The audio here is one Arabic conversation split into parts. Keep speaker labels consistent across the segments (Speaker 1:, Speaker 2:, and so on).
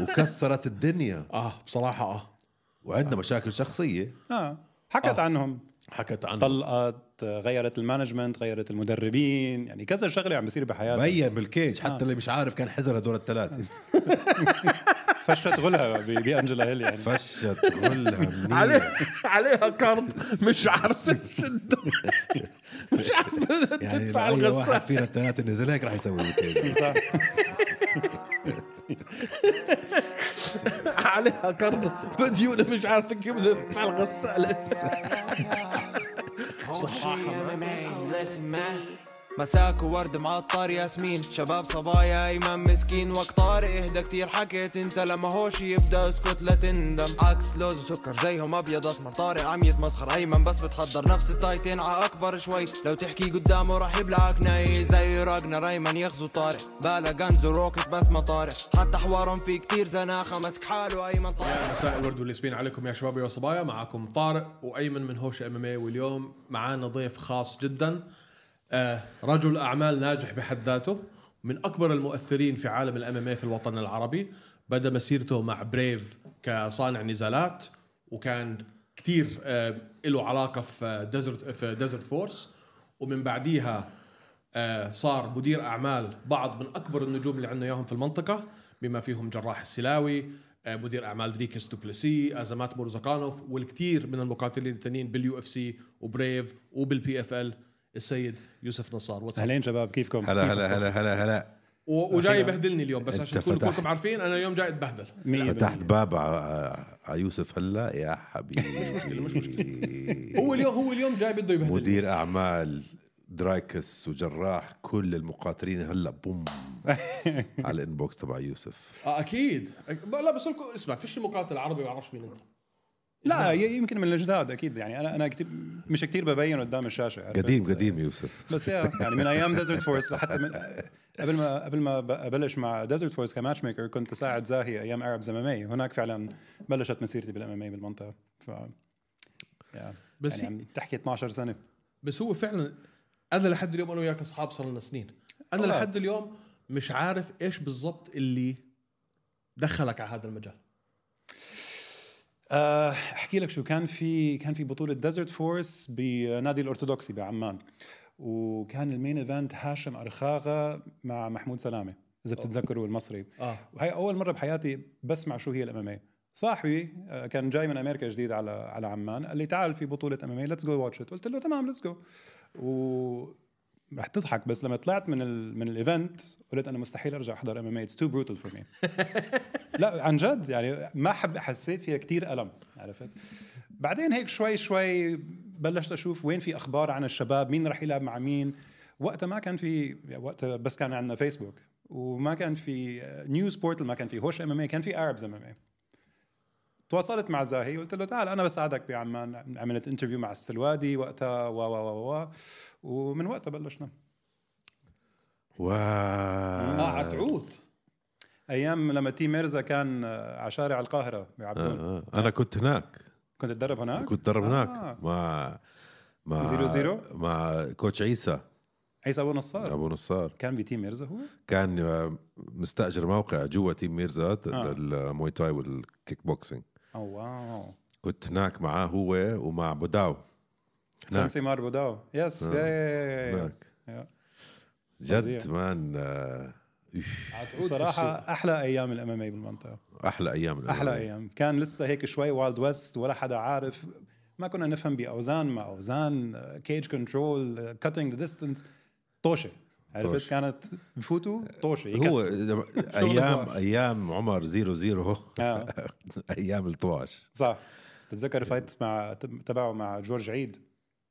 Speaker 1: وكسرت الدنيا
Speaker 2: اه بصراحه اه
Speaker 1: وعندنا مشاكل شخصيه
Speaker 3: اه حكت
Speaker 2: آه.
Speaker 3: عنهم
Speaker 1: حكت عنها
Speaker 3: طلقت غيرت المانجمنت غيرت المدربين يعني كذا شغله عم بيصير بحياتها
Speaker 1: مبين بالكيج حتى اللي مش عارف كان حزر هدول الثلاثه
Speaker 3: فشت غلها ب- بانجلا هيل يعني
Speaker 1: فشت غلها منيح
Speaker 2: عليه عليها كارد مش عارفه تسد مش عارفه
Speaker 1: يعني
Speaker 2: تدفع
Speaker 1: لو اي واحد
Speaker 2: الغسالة
Speaker 1: فينا الثلاثه نزل هيك رح يسوي بالكيج
Speaker 3: صح.
Speaker 2: عليها كارد مديونه مش عارفه كيف بدها تدفع الغساله
Speaker 4: مساك وورد معطر ياسمين شباب صبايا ايمن مسكين وقت طارق اهدى كتير حكيت انت لما هوش يبدا اسكت لا تندم عكس لوز وسكر زيهم ابيض اسمر طارق عم يتمسخر ايمن بس بتحضر نفس التايتين ع اكبر شوي لو تحكي قدامه راح يبلعك ناي زي راجنا ريمان يغزو طارق بالا غنز وروكت بس ما طارق حتى حوارهم في كتير زناخه مسك حاله ايمن طارق
Speaker 5: مساء الورد والياسمين عليكم يا شباب ويا صبايا معكم طارق وايمن من هوش ام ام اي واليوم معانا ضيف خاص جدا آه، رجل اعمال ناجح بحد ذاته من اكبر المؤثرين في عالم الام ام اي إيه في الوطن العربي بدا مسيرته مع بريف كصانع نزالات وكان كثير له علاقه في ديزرت في ديزرت فورس ومن بعديها آه، صار مدير اعمال بعض من اكبر النجوم اللي عندنا اياهم في المنطقه بما فيهم جراح السلاوي آه، مدير اعمال دريكس دوبلسي ازمات مرزقانوف والكثير من المقاتلين الثانيين باليو اف سي وبريف وبالبي اف ال السيد يوسف نصار واتس
Speaker 3: اهلين شباب كيفكم؟
Speaker 1: هلا هلا هلا هلا هلا
Speaker 5: و- وجاي يبهدلني اليوم بس
Speaker 1: أنت
Speaker 5: عشان تكونوا
Speaker 1: فتحت.
Speaker 5: كلكم عارفين انا اليوم جاي اتبهدل
Speaker 3: مية
Speaker 1: فتحت باب ع- على يوسف هلا يا حبيبي
Speaker 5: هو اليوم هو اليوم جاي بده يبهدلني
Speaker 1: مدير اعمال درايكس وجراح كل المقاتلين هلا بوم على الانبوكس تبع يوسف
Speaker 5: آه اكيد أك- لا بس لكم اسمع فيش مقاتل عربي ما بعرفش مين انت
Speaker 3: لا ي- يمكن من الجداد اكيد يعني انا انا كتير مش كتير ببين قدام الشاشه عرفت؟
Speaker 1: قديم قديم يوسف
Speaker 3: بس يا يعني من ايام ديزرت فورس حتى من قبل ما قبل ما ب- ابلش مع ديزرت فورس كماتش ميكر كنت اساعد زاهي ايام عرب زمامي هناك فعلا بلشت مسيرتي بالامامي بالمنطقه ف يا
Speaker 5: بس
Speaker 3: بس يعني عم تحكي 12 سنه
Speaker 5: بس هو فعلا انا لحد اليوم انا وياك اصحاب صار لنا سنين انا
Speaker 3: طبعاً.
Speaker 5: لحد اليوم مش عارف ايش بالضبط اللي دخلك على هذا المجال
Speaker 3: آه، احكي لك شو كان في كان في بطوله ديزرت فورس بنادي الارثوذكسي بعمان وكان المين ايفنت هاشم ارخاغه مع محمود سلامه اذا بتتذكروا المصري
Speaker 5: اه
Speaker 3: وهي اول مره بحياتي بسمع شو هي الاماميه إيه. صاحبي آه، كان جاي من امريكا جديد على على عمان قال لي تعال في بطوله اماميه ليتس جو واتش ات قلت له تمام ليتس جو و رح تضحك بس لما طلعت من ال من الايفنت قلت انا مستحيل ارجع احضر ام ام اي اتس تو بروتال فور مي لا عن جد يعني ما حب حسيت فيها كتير الم عرفت بعدين هيك شوي شوي بلشت اشوف وين في اخبار عن الشباب مين رح يلعب مع مين وقتها ما كان في يعني وقتها بس كان عندنا فيسبوك وما كان في نيوز بورتل ما كان في هوش ام ام كان في اربز ام ام تواصلت مع زاهي قلت له تعال انا بساعدك بعمان عملت انترفيو مع السلوادي وقتها و و و و ومن وقتها بلشنا
Speaker 1: واو
Speaker 5: اه عتعود
Speaker 3: ايام لما تي ميرزا كان على شارع القاهره بعبدون
Speaker 1: آه، انا كنت هناك
Speaker 3: كنت تدرب هناك
Speaker 1: كنت درب
Speaker 3: آه.
Speaker 1: هناك مع مع
Speaker 3: زيرو زيرو؟
Speaker 1: مع كوتش عيسى
Speaker 3: عيسى ابو نصار
Speaker 1: ابو نصار
Speaker 3: كان بتيم ميرزا هو
Speaker 1: كان مستاجر موقع جوا تيم ميرزا
Speaker 3: آه.
Speaker 1: للموي تاي والكيك بوكسينج
Speaker 3: اه
Speaker 1: نعم.
Speaker 3: واو
Speaker 1: كنت هناك معاه هو ومع بوداو هناك
Speaker 3: فرنسي مار بوداو يس
Speaker 1: آه.
Speaker 3: ياي.
Speaker 1: هناك
Speaker 3: يا.
Speaker 1: جد
Speaker 3: إيه. فظيع.
Speaker 1: مان آه، إيش،
Speaker 5: عتعود
Speaker 3: بصراحة أحلى أيام الأمامي إيه بالمنطقة
Speaker 1: احلى ايام
Speaker 3: أحلى أيام كان لسه هيك شوي وايلد ويست ولا حدا عارف ما كنا نفهم بأوزان ما أوزان كيج كنترول كاتنج ذا ديستنس طوشة عرفت
Speaker 1: طوشة.
Speaker 3: كانت بفوتوا طوشة
Speaker 1: هو
Speaker 3: يكسروا.
Speaker 1: ايام
Speaker 3: طواش.
Speaker 1: ايام عمر زيرو زيرو
Speaker 3: آه.
Speaker 1: ايام الطواش
Speaker 3: صح تتذكر فايت مع تبعه مع جورج عيد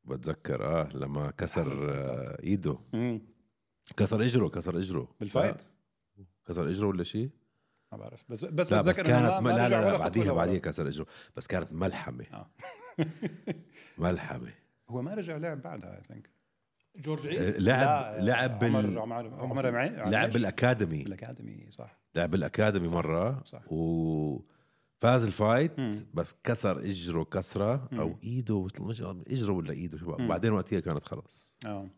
Speaker 1: بتذكر اه لما كسر آه، ايده
Speaker 3: مم.
Speaker 1: كسر اجره كسر اجره
Speaker 3: بالفايت
Speaker 1: آه، كسر اجره ولا شيء؟
Speaker 3: ما بعرف بس بس
Speaker 1: لا بس
Speaker 3: بتذكر إنه
Speaker 1: كانت
Speaker 3: ما-
Speaker 1: لا
Speaker 3: ما
Speaker 1: لا,
Speaker 3: رجع
Speaker 1: لا,
Speaker 3: ولا
Speaker 1: لا
Speaker 3: خطوة
Speaker 1: بعديها
Speaker 3: لورا.
Speaker 1: بعديها كسر اجره بس كانت ملحمه
Speaker 3: آه.
Speaker 1: ملحمه
Speaker 3: هو ما رجع لعب بعدها اي ثينك
Speaker 5: جورج عيد
Speaker 1: لعب لعب
Speaker 3: آه، عمر
Speaker 1: بال
Speaker 3: عمر عمر عمي-
Speaker 1: لعب
Speaker 3: عميش؟
Speaker 1: بالاكاديمي
Speaker 3: بالاكاديمي صح
Speaker 1: لعب بالاكاديمي مره
Speaker 3: صح.
Speaker 1: وفاز الفايت
Speaker 3: مم.
Speaker 1: بس كسر اجره كسره او ايده مثل- مش اجره ولا ايده شو بقى. بعدين وقتها كانت خلص
Speaker 3: اه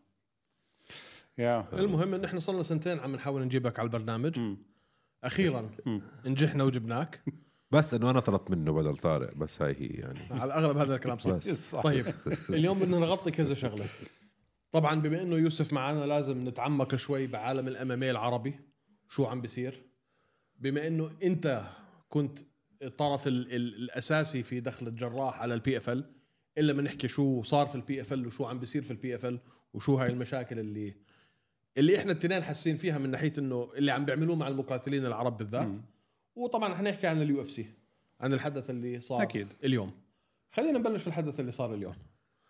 Speaker 3: يا
Speaker 5: المهم ان احنا صرنا سنتين عم نحاول نجيبك على البرنامج اخيرا نجحنا وجبناك
Speaker 1: بس انه انا طلبت منه بدل طارق بس هاي هي يعني
Speaker 5: على الاغلب هذا الكلام صح
Speaker 1: بس
Speaker 5: طيب اليوم بدنا نغطي كذا شغله طبعا بما انه يوسف معنا لازم نتعمق شوي بعالم الام ام إيه العربي شو عم بيصير بما انه انت كنت الطرف ال ال الاساسي في دخلة جراح على البي اف ال الا ما نحكي شو صار في البي اف ال وشو عم بيصير في البي اف ال وشو هاي المشاكل اللي اللي احنا التنين حاسين فيها من ناحيه انه اللي عم بيعملوه مع المقاتلين العرب بالذات وطبعا حنحكي عن اليو اف سي عن الحدث اللي صار
Speaker 3: أكيد.
Speaker 5: اليوم خلينا نبلش في الحدث اللي صار اليوم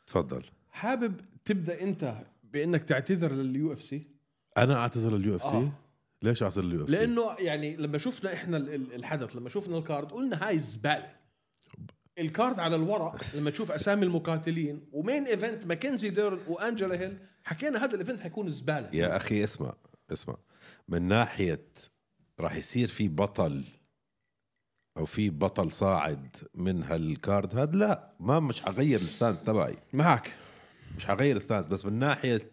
Speaker 1: تفضل
Speaker 5: حابب تبدا انت بانك تعتذر لليو اف سي
Speaker 1: انا اعتذر لليو اف سي
Speaker 5: آه.
Speaker 1: ليش اعتذر لليو اف سي؟
Speaker 5: لانه يعني لما شفنا احنا ال- ال- الحدث لما شفنا الكارد قلنا هاي زباله الكارد على الورق لما تشوف اسامي المقاتلين ومين ايفنت ماكنزي ديرن وانجلا هيل حكينا هذا الايفنت حيكون زباله
Speaker 1: يا اخي اسمع اسمع من ناحيه راح يصير في بطل او في بطل صاعد من هالكارد هاد لا ما مش حغير الستانس تبعي
Speaker 5: معك
Speaker 1: مش حغير ستانس بس من ناحيه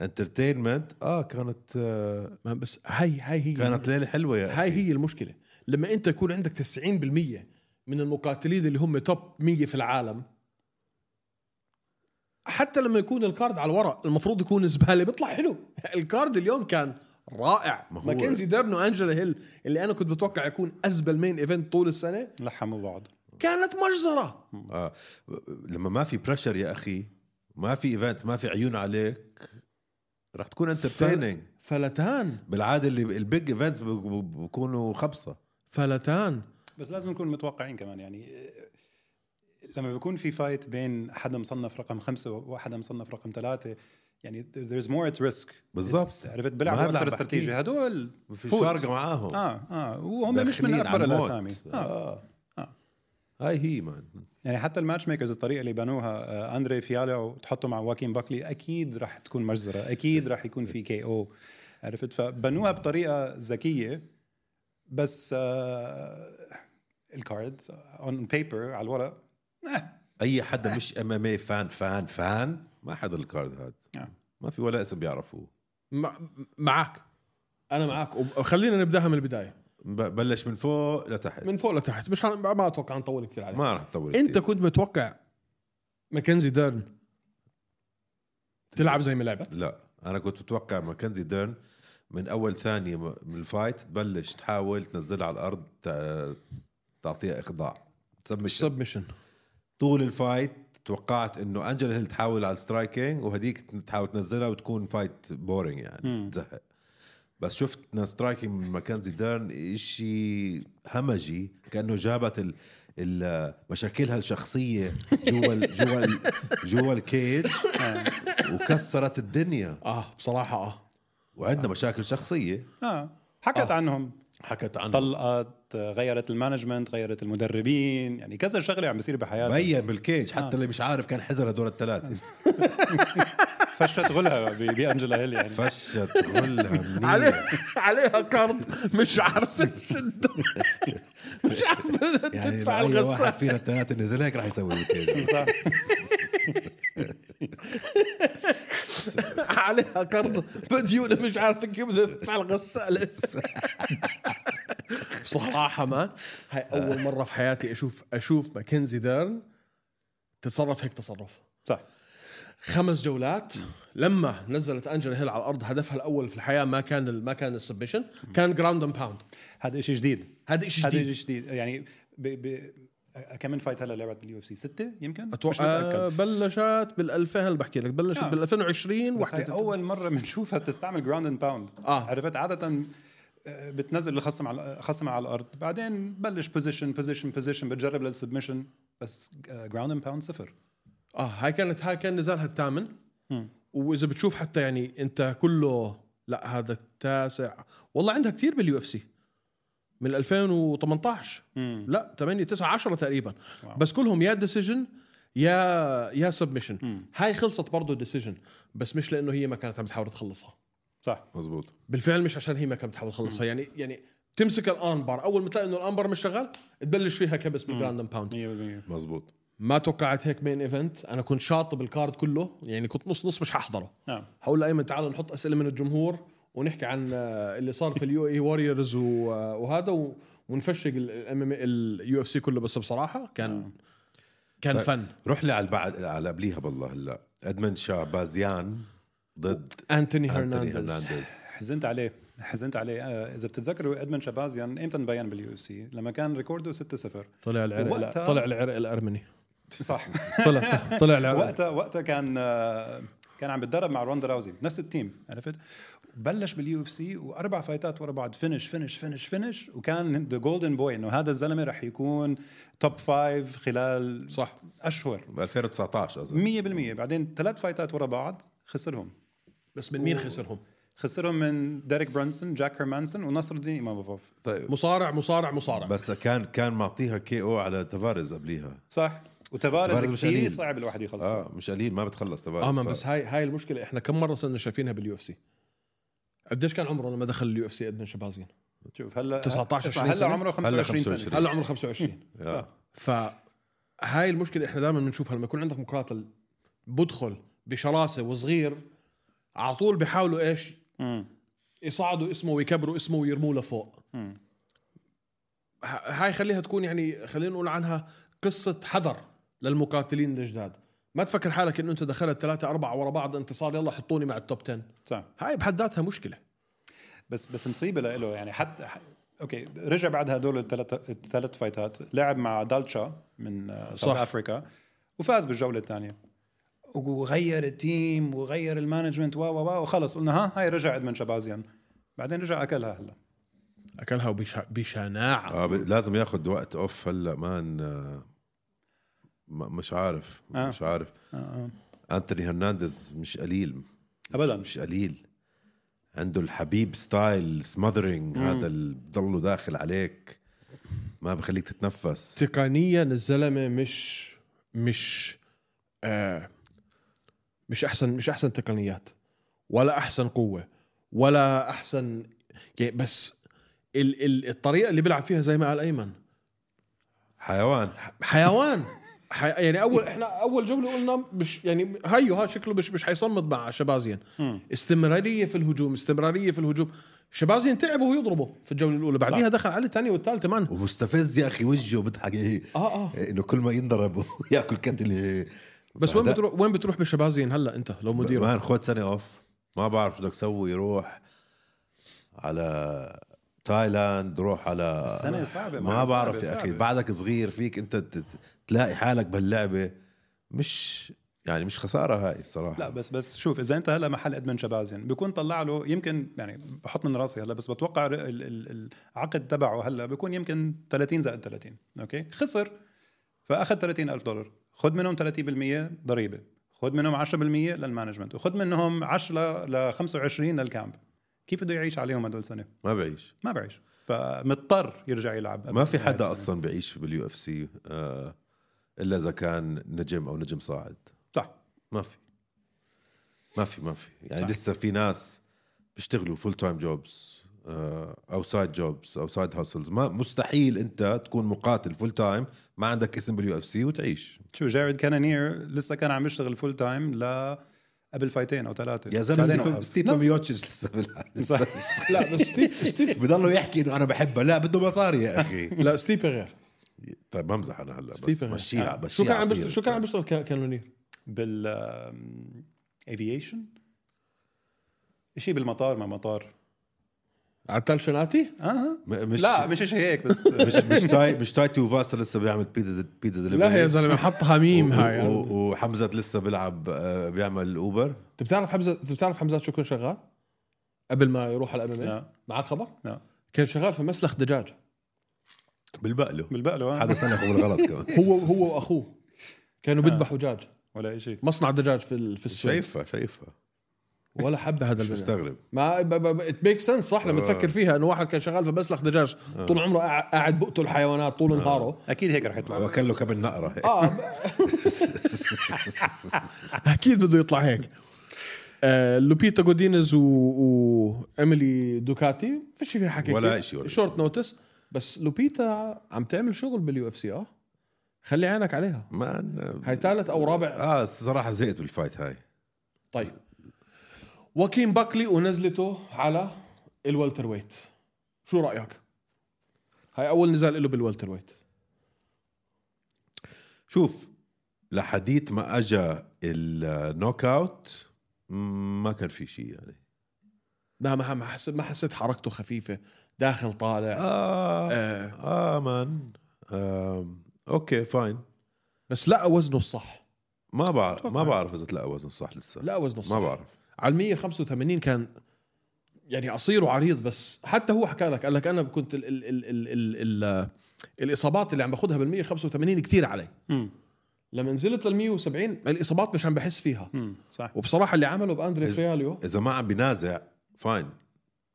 Speaker 1: انترتينمنت اه كانت آه
Speaker 5: ما بس هاي هاي هي
Speaker 1: كانت ليله حلوه يا
Speaker 5: هاي هي المشكله لما انت يكون عندك 90% من المقاتلين اللي هم توب 100 في العالم حتى لما يكون الكارد على الورق المفروض يكون زباله بيطلع حلو الكارد اليوم كان رائع
Speaker 1: ما هو-
Speaker 5: ماكنزي ديرن وانجلا هيل اللي انا كنت بتوقع يكون ازبل مين ايفنت طول السنه
Speaker 3: لحموا بعض
Speaker 5: كانت مجزره
Speaker 1: آه لما ما في بريشر يا اخي ما في ايفنت ما في عيون عليك رح تكون انترتيننج
Speaker 5: فلتان
Speaker 1: بالعاده اللي البيج ايفنتس بكونوا خبصه
Speaker 5: فلتان
Speaker 3: بس لازم نكون متوقعين كمان يعني آه، لما بيكون في فايت بين حدا مصنف رقم خمسة وحدا مصنف رقم ثلاثة يعني there's more at risk
Speaker 1: بالضبط.
Speaker 3: It's- عرفت
Speaker 1: ما
Speaker 3: بيلعبوا
Speaker 1: هلا عم
Speaker 3: اكثر
Speaker 1: بحكي.
Speaker 3: استراتيجي هدول
Speaker 1: في
Speaker 3: فوت.
Speaker 1: فارقه معاهم
Speaker 3: اه اه وهم مش
Speaker 1: داخلين
Speaker 3: من
Speaker 1: على
Speaker 3: اكبر
Speaker 1: الموت.
Speaker 3: الاسامي آه.
Speaker 1: آه.
Speaker 3: آه.
Speaker 1: هاي هي مان
Speaker 3: يعني حتى الماتش ميكرز الطريقه اللي بنوها آه، اندري فيالا وتحطه مع واكين باكلي اكيد راح تكون مجزره اكيد راح يكون في كي او عرفت فبنوها بطريقه ذكيه بس آه الكارد اون بيبر على الورق آه
Speaker 1: اي حدا مش ام ام اي فان فان فان ما حدا الكارد هاد
Speaker 3: آه.
Speaker 1: ما في ولا اسم بيعرفوه
Speaker 5: مع- معك انا معك وخلينا نبداها من البدايه
Speaker 1: ب- بلش من فوق لتحت
Speaker 5: من فوق لتحت مش هن- ما اتوقع نطول كثير عليها
Speaker 1: ما رح تطول
Speaker 5: انت
Speaker 1: كتير.
Speaker 5: كنت متوقع ماكنزي ديرن تلعب زي ما لعبت
Speaker 1: لا انا كنت متوقع ماكنزي ديرن من اول ثانيه م- من الفايت تبلش تحاول تنزلها على الارض تع- تعطيها اخضاع سبمشن
Speaker 5: سبمشن
Speaker 1: طول الفايت توقعت انه انجل هيل تحاول على السترايكينج وهديك تحاول تنزلها وتكون فايت بورينج يعني تزهق بس شفت ناس سترايكينج من ماكنزي ديرن إشي همجي كانه جابت ال ال- مشاكلها الشخصيه جوا ال- جوا ال- جوا الكيج وكسرت الدنيا
Speaker 5: اه بصراحه اه
Speaker 1: وعندنا مشاكل شخصيه
Speaker 3: اه حكت آه. عنهم
Speaker 1: حكت عنها
Speaker 3: طلقت آه، غيرت المانجمنت غيرت المدربين يعني كذا شغله عم بيصير بحياتها
Speaker 1: بين
Speaker 5: آه.
Speaker 1: بالكيج حتى اللي مش عارف كان حزر هدول الثلاثه
Speaker 3: فشت غلها ب- بانجلا هيل يعني
Speaker 1: فشت غلها
Speaker 5: عليه عليها كارد مش عارفه تشد مش عارفه
Speaker 1: يعني
Speaker 5: تدفع
Speaker 1: لو اي واحد
Speaker 5: الغسالة
Speaker 1: فينا الثلاثه نزل هيك راح يسوي ويكيد
Speaker 3: صح
Speaker 5: عليها كارد مديونه مش عارفه كيف بدها تدفع الغساله بصراحه مان هاي اول مره في حياتي اشوف اشوف ماكنزي ديرن تتصرف هيك تصرف
Speaker 3: صح
Speaker 5: خمس جولات لما نزلت انجلا هيل على الارض هدفها الاول في الحياه ما كان ما كان السبشن كان جراوند اند باوند
Speaker 3: هذا شيء جديد
Speaker 5: هذا شيء
Speaker 3: هذا
Speaker 5: جديد
Speaker 3: شيء جديد يعني ب... ب... كم من فايت هلا لعبت باليو اف سي سته يمكن مش
Speaker 5: اتوقع آه،
Speaker 3: متاكد
Speaker 5: بلشت بال 2000 هلا بحكي لك بلشت
Speaker 3: آه.
Speaker 5: بال 2020
Speaker 3: بس هاي
Speaker 5: وحده
Speaker 3: اول مره بنشوفها بتستعمل جراوند اند باوند
Speaker 5: آه.
Speaker 3: عرفت عاده آه، بتنزل الخصم على خصم على الارض بعدين بلش بوزيشن بوزيشن بوزيشن بتجرب للسبمشن بس آه، جراوند اند باوند صفر
Speaker 5: اه هاي كانت هاي كان نزالها الثامن واذا بتشوف حتى يعني انت كله لا هذا التاسع والله عندها كثير باليو اف سي من 2018
Speaker 3: مم.
Speaker 5: لا 8 9 10 تقريبا بس كلهم يا ديسيجن يا يا سبمشن هاي خلصت برضه ديسيجن بس مش لانه هي ما كانت عم تحاول تخلصها
Speaker 3: صح
Speaker 1: مزبوط
Speaker 5: بالفعل مش عشان هي ما كانت بتحاول تخلصها يعني يعني تمسك الانبار اول ما تلاقي انه الانبار مش شغال تبلش فيها كبس بالجراند أند باوند
Speaker 3: 100%
Speaker 1: مزبوط
Speaker 5: ما توقعت هيك مين ايفنت انا كنت شاطب الكارد كله يعني كنت نص نص مش ححضره
Speaker 3: نعم
Speaker 5: هقول لايمن تعال نحط اسئله من الجمهور ونحكي عن آه، اللي صار في اليو اي واريورز وهذا و- ونفشق الام ام اليو اف سي كله بس بصراحه كان كان
Speaker 1: طيب.
Speaker 5: فن
Speaker 1: روح لي على بعد على قبليها بالله هلا ادمن شابازيان ضد
Speaker 5: انتوني
Speaker 1: انتوني
Speaker 5: هرنانديز
Speaker 1: هرنانديز
Speaker 3: حزنت عليه حزنت عليه آه، اذا بتتذكروا ادمن شابازيان امتى انبين باليو سي لما كان ريكوردو 6-0
Speaker 5: طلع العرق
Speaker 3: وقتها-
Speaker 5: لا، طلع العرق الارمني
Speaker 3: صح
Speaker 5: طلع طلع العرق
Speaker 3: وقتها وقتها كان آه، كان عم بتدرب مع روندا راوزي نفس التيم عرفت بلش باليو اف سي واربع فايتات ورا بعض فينش فينش فينش فينش وكان ذا جولدن بوي انه هذا الزلمه رح يكون توب فايف خلال
Speaker 5: صح
Speaker 3: اشهر
Speaker 1: ب 2019 اظن
Speaker 3: 100% بعدين ثلاث فايتات ورا بعض خسرهم
Speaker 5: بس من مين خسرهم؟
Speaker 3: خسرهم من ديريك برانسون جاك هيرمانسون ونصر الدين اماموف
Speaker 1: طيب
Speaker 5: مصارع مصارع مصارع
Speaker 1: بس كان كان معطيها كي او على تفارز قبليها
Speaker 3: صح
Speaker 1: تفارز
Speaker 3: وتفارز
Speaker 1: مش
Speaker 3: كثير
Speaker 1: قليل.
Speaker 3: صعب الواحد يخلصه
Speaker 1: اه مش قليل ما بتخلص تفارز
Speaker 5: اه ما
Speaker 1: ف-
Speaker 5: بس هاي هاي المشكله احنا كم مره صرنا شايفينها باليو اف سي قديش كان عمره لما دخل اليو اف سي ادمن شبازين
Speaker 3: شوف هلا
Speaker 5: 19
Speaker 3: اسمع،
Speaker 5: 20
Speaker 3: هلا
Speaker 5: سنة؟
Speaker 3: عمره
Speaker 1: هلا
Speaker 3: 25 سنه
Speaker 1: 25.
Speaker 5: هلا عمره 25
Speaker 1: آه.
Speaker 5: ف هاي المشكله احنا دائما بنشوفها لما يكون عندك مقاتل بدخل بشراسه وصغير على طول بيحاولوا ايش
Speaker 3: مم.
Speaker 5: يصعدوا اسمه ويكبروا اسمه ويرموه لفوق
Speaker 3: مم.
Speaker 5: ه- هاي خليها تكون يعني خلينا نقول عنها قصه حذر للمقاتلين الجداد ما تفكر حالك انه انت دخلت ثلاثة أربعة ورا بعض انتصار يلا حطوني مع التوب 10
Speaker 3: صح
Speaker 5: هاي بحد ذاتها مشكلة
Speaker 3: بس بس مصيبه لإله يعني حتى ح- اوكي رجع بعد هدول الثلاث الثلاث فايتات لعب مع دالتشا من آه، ساوث
Speaker 5: صح.
Speaker 3: افريكا وفاز بالجوله الثانيه وغير التيم وغير المانجمنت و و و وخلص قلنا ها هاي رجع ادمن شبازيان بعدين رجع اكلها هلا
Speaker 5: أكلها وبشا- بشناعة
Speaker 1: اه ب- لازم ياخذ وقت اوف هلا مان آه، م- مش عارف
Speaker 3: آه.
Speaker 1: مش عارف
Speaker 3: آه، آه.
Speaker 1: انتوني هرنانديز مش قليل
Speaker 3: ابدا
Speaker 1: مش قليل عنده الحبيب ستايل سماذرينج هذا اللي بضله داخل عليك ما بخليك تتنفس
Speaker 5: تقنيا الزلمه مش مش آه مش احسن مش احسن تقنيات ولا احسن قوه ولا احسن يعني بس ال ال الطريقه اللي بيلعب فيها زي ما قال ايمن
Speaker 1: حيوان
Speaker 5: حيوان حي يعني اول احنا اول جوله قلنا مش يعني هيو ها شكله مش مش حيصمد مع شبازين استمراريه في الهجوم استمراريه في الهجوم شبازين تعب وهو يضربه في الجوله الاولى بعديها دخل على الثانيه والثالثه مان
Speaker 1: ومستفز يا اخي وجهه بضحك إيه.
Speaker 5: آه، آه.
Speaker 1: انه كل ما ينضرب ياكل كتله
Speaker 5: بس وين
Speaker 1: بعدها-
Speaker 5: بتروح وين بتروح بالشبازين هلا انت لو مدير
Speaker 1: مان خد سنه اوف ما بعرف شو بدك تسوي روح على تايلاند روح على
Speaker 3: السنة
Speaker 1: ما
Speaker 3: صعبة، مان، صعبة،
Speaker 1: بعرف يا اخي
Speaker 3: صعبة.
Speaker 1: بعدك صغير فيك انت ت- تلاقي حالك بهاللعبه مش يعني مش خساره هاي الصراحه
Speaker 3: لا بس بس شوف اذا انت هلا محل ادمن شبازين بكون طلع له يمكن يعني بحط من راسي هلا بس بتوقع ال- ال- العقد تبعه هلا بكون يمكن 30 زائد 30 اوكي خسر فاخذ 30 ألف دولار خد منهم 30% ضريبه خد منهم 10% للمانجمنت وخد منهم 10 ل 25 للكامب كيف بده يعيش عليهم هدول سنه
Speaker 1: ما بعيش
Speaker 3: ما بعيش فمضطر يرجع يلعب يعني
Speaker 1: ما في
Speaker 3: هاي السنة.
Speaker 1: حدا اصلا بعيش باليو اف سي الا اذا كان نجم او نجم صاعد
Speaker 3: صح
Speaker 1: ما في ما في ما في يعني
Speaker 3: صح.
Speaker 1: لسه في ناس بيشتغلوا فول تايم جوبز آه، او سايد جوبز او سايد هاسلز ما مستحيل انت تكون مقاتل فول تايم ما عندك اسم باليو اف سي وتعيش
Speaker 3: شو جارد كانانير لسه كان عم يشتغل فول تايم ل قبل فايتين او ثلاثه
Speaker 1: يا زلمه
Speaker 3: بعدين
Speaker 1: ستيب-
Speaker 3: وقف.
Speaker 1: ستيب ميوتشيش لسه بالع- لسه
Speaker 5: لا بس ستيب ستيب
Speaker 1: بضلوا يحكي انه انا بحبها لا بده مصاري يا اخي
Speaker 5: لا ستيب غير
Speaker 1: طيب بمزح انا هلا بس
Speaker 5: ستيب غير
Speaker 1: مشيها مشيها
Speaker 5: آه. شو كان عم
Speaker 1: عصير.
Speaker 5: بيشتغل شو كان عم بيشتغل ك- كانونير
Speaker 3: بال افيشن شيء بالمطار ما مطار
Speaker 5: عتال شناتي
Speaker 3: اه
Speaker 1: م- مش
Speaker 3: لا مش شيء هيك بس
Speaker 1: مش مش تاي مش تايتي وفاسا لسه بيعمل بيتزا بيتزا
Speaker 5: لا يا
Speaker 1: دليفري
Speaker 5: زلمه حطها ميم هاي
Speaker 1: و-
Speaker 5: انت
Speaker 1: و- وحمزه لسه بيلعب آه، بيعمل اوبر
Speaker 5: بتعرف حمزه انت بتعرف حمزه شو كان شغال قبل ما يروح على الام
Speaker 3: لا.
Speaker 5: معك خبر
Speaker 3: لا.
Speaker 5: كان شغال في مسلخ دجاج
Speaker 1: بالبقله
Speaker 3: بالبقلو آه.
Speaker 1: حدا سنخه بالغلط كمان
Speaker 5: هو هو واخوه كانوا بيذبحوا دجاج
Speaker 3: ولا شيء
Speaker 5: مصنع دجاج في ال- في السوق
Speaker 1: شايفها شايفها
Speaker 5: ولا حبه هذا
Speaker 1: مش
Speaker 5: البناء
Speaker 1: مستغرب
Speaker 5: ما ات ميك سنس صح لما
Speaker 1: آه.
Speaker 5: تفكر فيها انه واحد كان شغال في مسلخ دجاج طول عمره قاعد- قاعد بقتل حيوانات طول نهاره
Speaker 3: اكيد هيك رح يطلع
Speaker 1: وكله كبن نقره هيك.
Speaker 5: آه. اكيد بده يطلع هيك آه لوبيتا جودينز و... واميلي دوكاتي فيش فيها حكي
Speaker 1: ولا إشي ولا
Speaker 5: شورت نوتس بس لوبيتا عم تعمل شغل باليو اف سي اه خلي عينك عليها
Speaker 1: ما أنا- آه،
Speaker 5: هاي ثالث او رابع
Speaker 1: اه الصراحه زهقت بالفايت هاي
Speaker 5: طيب واكين باكلي ونزلته على الوالتر ويت شو رايك هاي اول نزال له بالوالتر ويت
Speaker 1: شوف لحديت ما اجى النوك اوت ما كان في شيء يعني
Speaker 5: لا ما ما حسيت ما حسيت حركته خفيفه داخل طالع
Speaker 1: اه
Speaker 5: آه.
Speaker 1: اه مان آه. اوكي فاين
Speaker 5: بس لا وزنه الصح
Speaker 1: ما بعرف ما بعرف اذا تلاقى وزنه صح لسه
Speaker 5: لا وزنه الصح
Speaker 1: ما بعرف
Speaker 5: على ال 185 كان يعني قصير وعريض بس حتى هو حكى لك قال لك انا كنت ال ال ال ال ال ال الاصابات اللي عم باخذها بال 185 كثير علي
Speaker 3: مم.
Speaker 5: لما نزلت لل 170 الاصابات مش عم بحس فيها
Speaker 3: مم. صح
Speaker 5: وبصراحه اللي عمله باندري
Speaker 1: إز-
Speaker 5: فياليو
Speaker 1: اذا ما عم بينازع فاين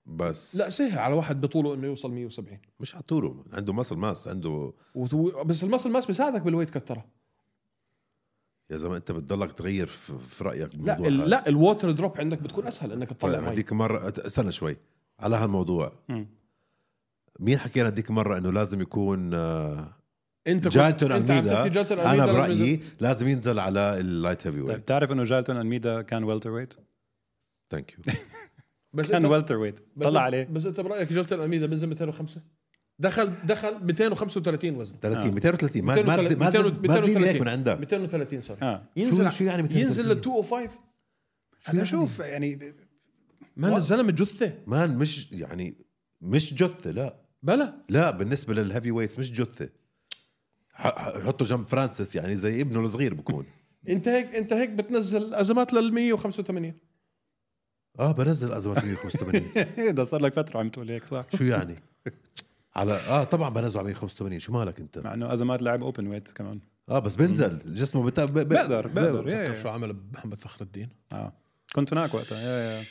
Speaker 1: بس
Speaker 5: لا سهل على واحد بطوله انه يوصل 170
Speaker 1: مش عطوله عنده مسل ماس عنده
Speaker 5: وتو- بس المصل ماس بيساعدك بالويت كت ترى
Speaker 1: يا زلمه انت بتضلك تغير في, في رايك
Speaker 5: لا
Speaker 1: بالموضوع
Speaker 5: ال-
Speaker 1: هذا.
Speaker 5: لا الووتر دروب عندك بتكون اسهل انك تطلع
Speaker 1: طيب
Speaker 5: مي
Speaker 1: هديك مره استنى شوي على هالموضوع
Speaker 3: مم.
Speaker 1: مين حكى لنا هديك مره انه لازم يكون آه،
Speaker 5: انت كنت-
Speaker 1: جالتون
Speaker 5: انت عم
Speaker 1: اميدا
Speaker 5: تحكي جالتون
Speaker 1: انا
Speaker 5: أميدا لازم
Speaker 1: برايي
Speaker 5: ينزل-
Speaker 1: لازم ينزل على اللايت هيفي
Speaker 3: طيب
Speaker 1: ويت
Speaker 3: بتعرف انه جالتون الميدا كان ويلتر ويت
Speaker 1: ثانك يو
Speaker 5: آه. بس
Speaker 3: كان
Speaker 5: أنت-
Speaker 3: ويلتر ويت
Speaker 5: بس
Speaker 3: طلع
Speaker 5: أنت-
Speaker 3: عليه
Speaker 5: بس انت برايك جالتون اميدا بنزل 205 دخل دخل 235 وزن
Speaker 1: 30 230 ما ما
Speaker 5: 230
Speaker 1: تزيد- ما تزيد- ما تزيد هيك من عندك
Speaker 5: 230 سوري
Speaker 3: اه
Speaker 5: ينزل
Speaker 1: شو يعني 230
Speaker 5: ينزل oh لل 205
Speaker 3: انا اشوف يعني
Speaker 5: مان الزلمه جثه
Speaker 1: مان مش يعني مش جثه لا
Speaker 5: بلا
Speaker 1: لا بالنسبه للهيفي ويتس مش جثه ح- ح- حطه جنب فرانسيس يعني زي ابنه الصغير بكون
Speaker 5: انت هيك انت هيك بتنزل ازمات لل 185
Speaker 1: اه بنزل ازمات 185
Speaker 3: ده صار لك فتره عم تقول هيك صح
Speaker 1: شو يعني؟ على اه طبعا بنزل على 185 شو مالك انت؟
Speaker 5: نعم.
Speaker 3: مع انه ازمات لعب اوبن ويت كمان
Speaker 1: اه بس بنزل جسمه بت... ب... ب...
Speaker 3: بقدر بقدر يا-
Speaker 5: بتعرف
Speaker 3: يا.
Speaker 5: شو عمل محمد فخر الدين
Speaker 3: اه كنت هناك وقتها يا يا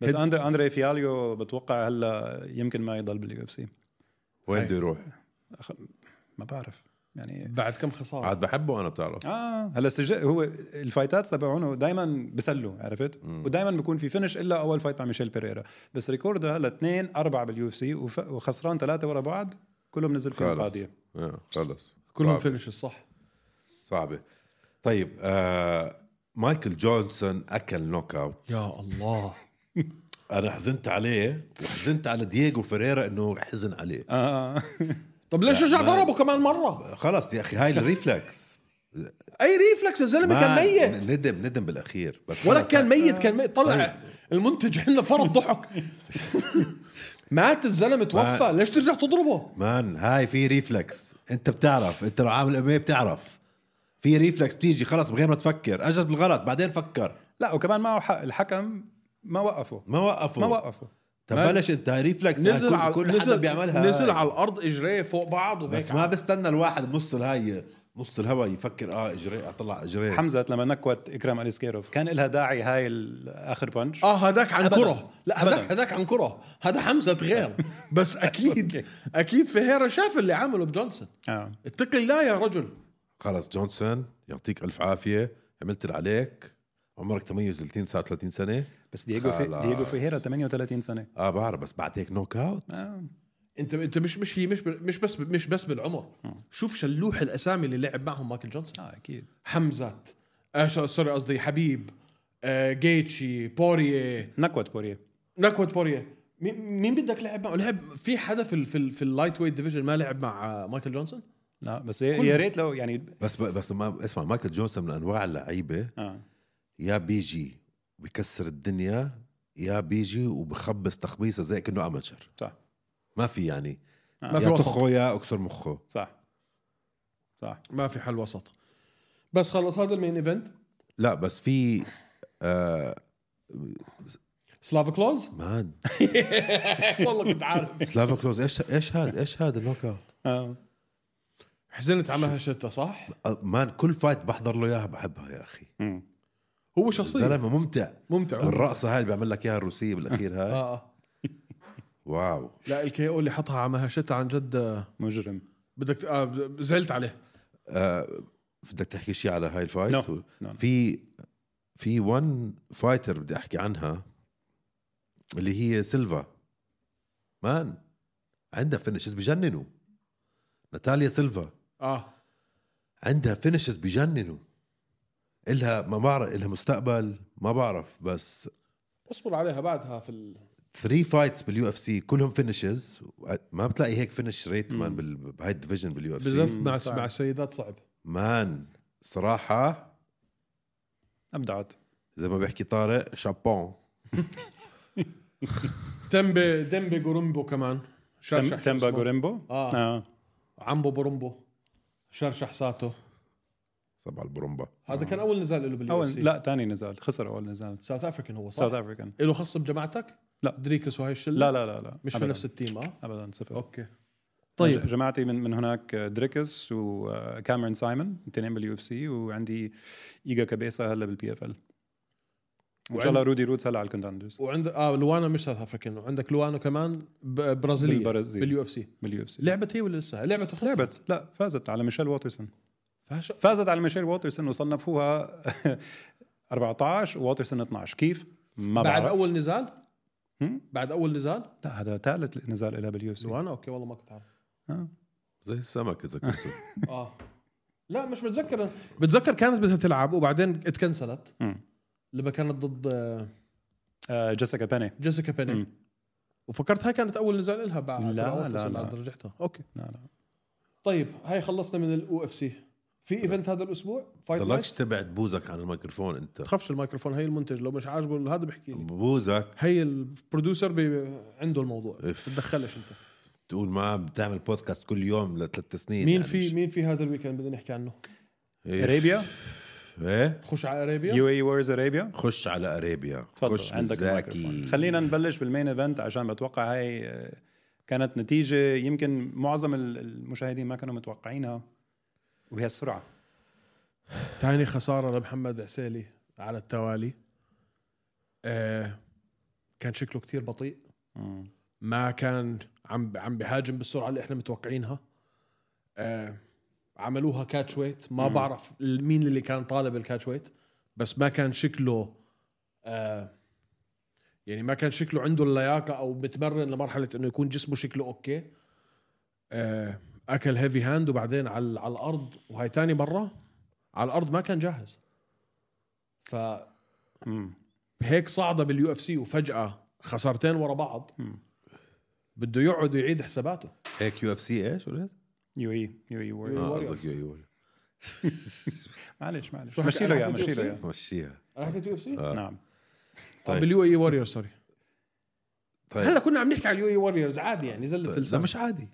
Speaker 3: بس اندر اندري فياليو بتوقع هلا يمكن ما يضل باليو اف سي
Speaker 1: وين بده يروح؟
Speaker 3: ما بعرف يعني
Speaker 5: بعد كم خساره
Speaker 1: عاد بحبه انا بتعرف
Speaker 3: اه هلا سجل هو الفايتات تبعونه دائما بسلوا عرفت ودائما بيكون في فينش الا اول فايت مع ميشيل بيريرا بس ريكورده هلا اثنين اربعه باليو اف سي وف- وخسران ثلاثه ورا بعض كلهم نزل فيهم
Speaker 1: خلص
Speaker 3: فاضيه
Speaker 1: آه خلص
Speaker 5: كلهم
Speaker 1: صعبة.
Speaker 5: فينش الصح
Speaker 1: صعبه طيب آه مايكل جونسون اكل نوك اوت
Speaker 5: يا الله
Speaker 1: انا حزنت عليه وحزنت على دييغو فيريرا انه حزن عليه
Speaker 3: اه
Speaker 5: طب ليش رجع
Speaker 1: ما-
Speaker 5: ضربه كمان مره
Speaker 1: خلص يا اخي هاي الريفلكس
Speaker 5: اي ريفلكس الزلمه كان
Speaker 1: ما-
Speaker 5: ميت
Speaker 1: ندم ندم بالاخير بس
Speaker 5: ولا
Speaker 1: خلص.
Speaker 5: كان ميت كان ميت
Speaker 1: طيب.
Speaker 5: طلع المنتج عندنا فرض ضحك مات الزلمه توفى ليش ترجع تضربه
Speaker 1: مان هاي في ريفلكس انت بتعرف انت لو عامل ام بتعرف في ريفلكس بتيجي خلص من غير ما تفكر اجت بالغلط بعدين فكر
Speaker 3: لا وكمان معه حق الحكم ما وقفه
Speaker 1: ما وقفوا
Speaker 3: ما وقفه
Speaker 1: طب
Speaker 5: مان.
Speaker 1: بلش انت هاي ريفلكس هاي
Speaker 5: نزل
Speaker 1: كل,
Speaker 5: على
Speaker 1: كل حدا
Speaker 5: نزل
Speaker 1: بيعملها
Speaker 5: نزل
Speaker 1: هاي.
Speaker 5: على الارض اجريه فوق بعض وهيك
Speaker 1: بس ما بستنى الواحد بنص الهاي نص الهوا يفكر اه اجري اطلع اجري
Speaker 3: حمزه لما نكوت اكرام اليسكيروف كان لها داعي هاي ال- اخر بنش
Speaker 5: اه هداك عن
Speaker 3: أبداً.
Speaker 5: كره لا هداك
Speaker 3: أبداً.
Speaker 5: هداك عن كره هذا حمزه غير بس اكيد اكيد فهيرا شاف اللي عمله بجونسون
Speaker 3: آه.
Speaker 5: اتقي الله يا رجل
Speaker 1: خلص جونسون يعطيك الف عافيه عملت اللي عليك عمرك 38 39 سنه
Speaker 3: بس دييغو في...
Speaker 1: خلاص.
Speaker 3: دييغو فيهيرا 38 سنه
Speaker 1: اه بعرف بس بعد هيك نوك اوت
Speaker 3: آه.
Speaker 5: انت انت مش مش هي مش مش بس مش بس بالعمر شوف شلوح الاسامي اللي لعب معهم مايكل جونسون
Speaker 3: اه اكيد
Speaker 5: حمزات آه سو- سوري قصدي حبيب آه جيتشي بوريه
Speaker 3: نكوت بوريه
Speaker 5: نكوت بوريه مين مين بدك لعب معه؟ لعب في حدا في ال في, ال في اللايت ويت ديفيجن ما لعب مع آه، مايكل جونسون؟
Speaker 3: لا آه، بس يا يا ريت لو يعني
Speaker 1: بس بس ما اسمع مايكل جونسون من انواع اللعيبه
Speaker 3: اه
Speaker 1: يا بيجي بكسر الدنيا يا بيجي وبخبص تخبيصه زي كانه اماتشر
Speaker 3: صح
Speaker 1: ما في يعني
Speaker 3: آه.
Speaker 5: ما في
Speaker 1: يا
Speaker 5: وسط
Speaker 1: تخو يا اكسر مخه
Speaker 3: صح صح
Speaker 5: ما في حل وسط بس خلص هذا المين ايفنت
Speaker 1: لا بس في آه
Speaker 5: سلافا كلوز
Speaker 1: مان
Speaker 5: والله كنت عارف
Speaker 1: سلافا كلوز ايش ايش هذا ايش هذا النوك اوت
Speaker 3: اه
Speaker 5: حزنت على هالشتة صح؟
Speaker 1: آه، مان كل فايت بحضر له اياها بحبها يا اخي
Speaker 3: مم.
Speaker 5: هو شخصية
Speaker 1: زلمه ممتع
Speaker 5: ممتع
Speaker 1: الرقصه هاي اللي بيعمل لك اياها الروسيه بالاخير هاي
Speaker 5: اه آه.
Speaker 1: واو
Speaker 5: لا الكي او اللي حطها على مهاشتة عن جد آه،
Speaker 3: مجرم
Speaker 5: بدك آه زعلت عليه
Speaker 1: بدك تحكي شيء على هاي الفايت
Speaker 3: No. No, no.
Speaker 1: في في ون فايتر بدي احكي عنها اللي هي سيلفا مان عندها فينشز بجننوا ناتاليا سيلفا
Speaker 5: اه
Speaker 1: عندها فينشز بجننوا الها ما بعرف الها مستقبل ما بعرف بس
Speaker 5: اصبر عليها بعدها في ال...
Speaker 1: ثري فايتس باليو اف سي كلهم فينشز ما بتلاقي هيك فينش ريت
Speaker 3: Mm.
Speaker 1: مان بال- بهاي الديفيجن باليو اف سي
Speaker 5: بالذات مع
Speaker 3: صعب.
Speaker 5: مع السيدات صعب
Speaker 1: مان صراحه
Speaker 3: ابدعت
Speaker 1: زي ما بيحكي طارق شابون
Speaker 5: تمبي دمبي جورمبو كمان
Speaker 3: تم-
Speaker 5: شرشح
Speaker 3: تمبا
Speaker 5: اسمه.
Speaker 3: جوريمبو
Speaker 5: آه.
Speaker 3: آه.
Speaker 5: عمبو بورمبو شرشح ساتو
Speaker 1: سبع البرومبا
Speaker 5: هذا كان اول نزال له باليو
Speaker 3: اول لا ثاني نزال خسر اول نزال
Speaker 5: ساوث افريكان هو
Speaker 3: ساوث
Speaker 5: صح؟
Speaker 3: افريكان
Speaker 5: له خص بجماعتك؟
Speaker 3: لا.
Speaker 5: دريكس وهي الشله؟
Speaker 3: لا لا لا لا
Speaker 5: مش في
Speaker 3: أبداً.
Speaker 5: نفس التيم اه
Speaker 3: ابدا صفر
Speaker 5: اوكي
Speaker 3: طيب
Speaker 5: طيب
Speaker 3: جماعتي من من هناك آه، دريكس وكاميرون سايمون الاثنين باليو اف سي وعندي ايجا كابيسا هلا بالبي اف ال وان شاء الله رودي رودز هلا على الكونتندرز
Speaker 5: وعند اه لوانا مش ساوث افريكان وعندك لوانا كمان ب- برازيليه
Speaker 3: بالبرازيل.
Speaker 5: باليو اف سي
Speaker 3: باليو اف سي
Speaker 5: لعبت هي ولا لسه؟ لعبه خسرت
Speaker 3: لعبت لا فازت على ميشيل واترسون
Speaker 5: فهش-
Speaker 3: فازت على ميشيل واترسون وصنفوها 14 وواترسون 12 كيف؟ ما
Speaker 5: بعد
Speaker 3: بعرف
Speaker 5: اول نزال
Speaker 3: هم؟
Speaker 5: بعد اول نزال
Speaker 3: لا هذا ثالث نزال لها باليو اف سي
Speaker 5: لوانا اوكي والله ما كنت عارف
Speaker 1: زي السمك اذا كنت
Speaker 5: اه لا مش متذكر بتذكر كانت بدها تلعب وبعدين اتكنسلت
Speaker 3: مم.
Speaker 5: لما كانت ضد آه،
Speaker 3: آه، جيسيكا بيني
Speaker 5: جيسيكا بيني
Speaker 3: مم.
Speaker 5: وفكرت هاي كانت اول نزال لها بعد
Speaker 3: لا،
Speaker 5: ترى
Speaker 3: لا،
Speaker 5: وصل
Speaker 3: لا.
Speaker 5: عند رجعتها اوكي
Speaker 3: لا لا
Speaker 5: طيب هاي خلصنا من الاو اف سي في ايفنت هذا الاسبوع
Speaker 3: طيب،
Speaker 5: فايت
Speaker 1: ضلكش
Speaker 5: نايت
Speaker 1: تبعد بوزك عن الميكروفون انت
Speaker 5: تخافش الميكروفون هي المنتج لو مش عاجبه هذا بحكي لي
Speaker 1: بوزك
Speaker 5: هي البروديوسر بي... عنده الموضوع
Speaker 1: إف.
Speaker 5: تدخلش انت
Speaker 1: تقول معاه بتعمل بودكاست كل يوم لثلاث
Speaker 3: إيه،
Speaker 1: سنين
Speaker 5: مين
Speaker 1: يعني
Speaker 5: في
Speaker 1: مش-
Speaker 5: مين في هذا الويكند بدنا نحكي عنه
Speaker 1: إيه.
Speaker 3: اريبيا
Speaker 1: ايه
Speaker 5: خش على اريبيا
Speaker 3: يو اي وورز اريبيا
Speaker 1: خش على اريبيا خش
Speaker 3: تفضل عندك
Speaker 1: بالزاكي
Speaker 3: الميكروفون خلينا نبلش بالمين ايفنت عشان بتوقع هاي آه، كانت نتيجة يمكن معظم ال- المشاهدين ما كانوا متوقعينها وبهالسرعة
Speaker 5: ثاني خساره لمحمد عسيلي على التوالي آه كان شكله كتير بطيء
Speaker 3: مم.
Speaker 5: ما كان عم عم بهاجم بالسرعه اللي احنا متوقعينها آه عملوها كاتش ويت ما بعرف مين اللي كان طالب الكاتش ويت بس ما كان شكله آه يعني ما كان شكله عنده اللياقه او متمرن لمرحله انه يكون جسمه شكله اوكي آه اكل هيفي هاند وبعدين على على الارض وهي تاني مره على الارض ما كان جاهز ف
Speaker 3: مم.
Speaker 5: هيك صعده باليو اف سي وفجاه خسارتين ورا بعض بده يقعد يعيد حساباته
Speaker 1: هيك يو اف سي ايش قلت؟
Speaker 3: يو اي يو اي وورز
Speaker 1: اه
Speaker 5: Warrior.
Speaker 1: قصدك يو اي وورير.
Speaker 3: معلش معلش
Speaker 5: شو حكي
Speaker 3: مشي له
Speaker 5: أنا
Speaker 3: يا
Speaker 5: عن
Speaker 3: مشي له
Speaker 5: UFC؟
Speaker 3: يا
Speaker 1: مشيها
Speaker 5: انا حكيت يو اف سي
Speaker 3: نعم
Speaker 1: آه، طيب.
Speaker 5: باليو اي وورير سوري
Speaker 1: طيب
Speaker 5: هلا كنا عم نحكي على اليو اي ووريرز عادي يعني زلت
Speaker 1: لا
Speaker 5: لسان
Speaker 1: مش عادي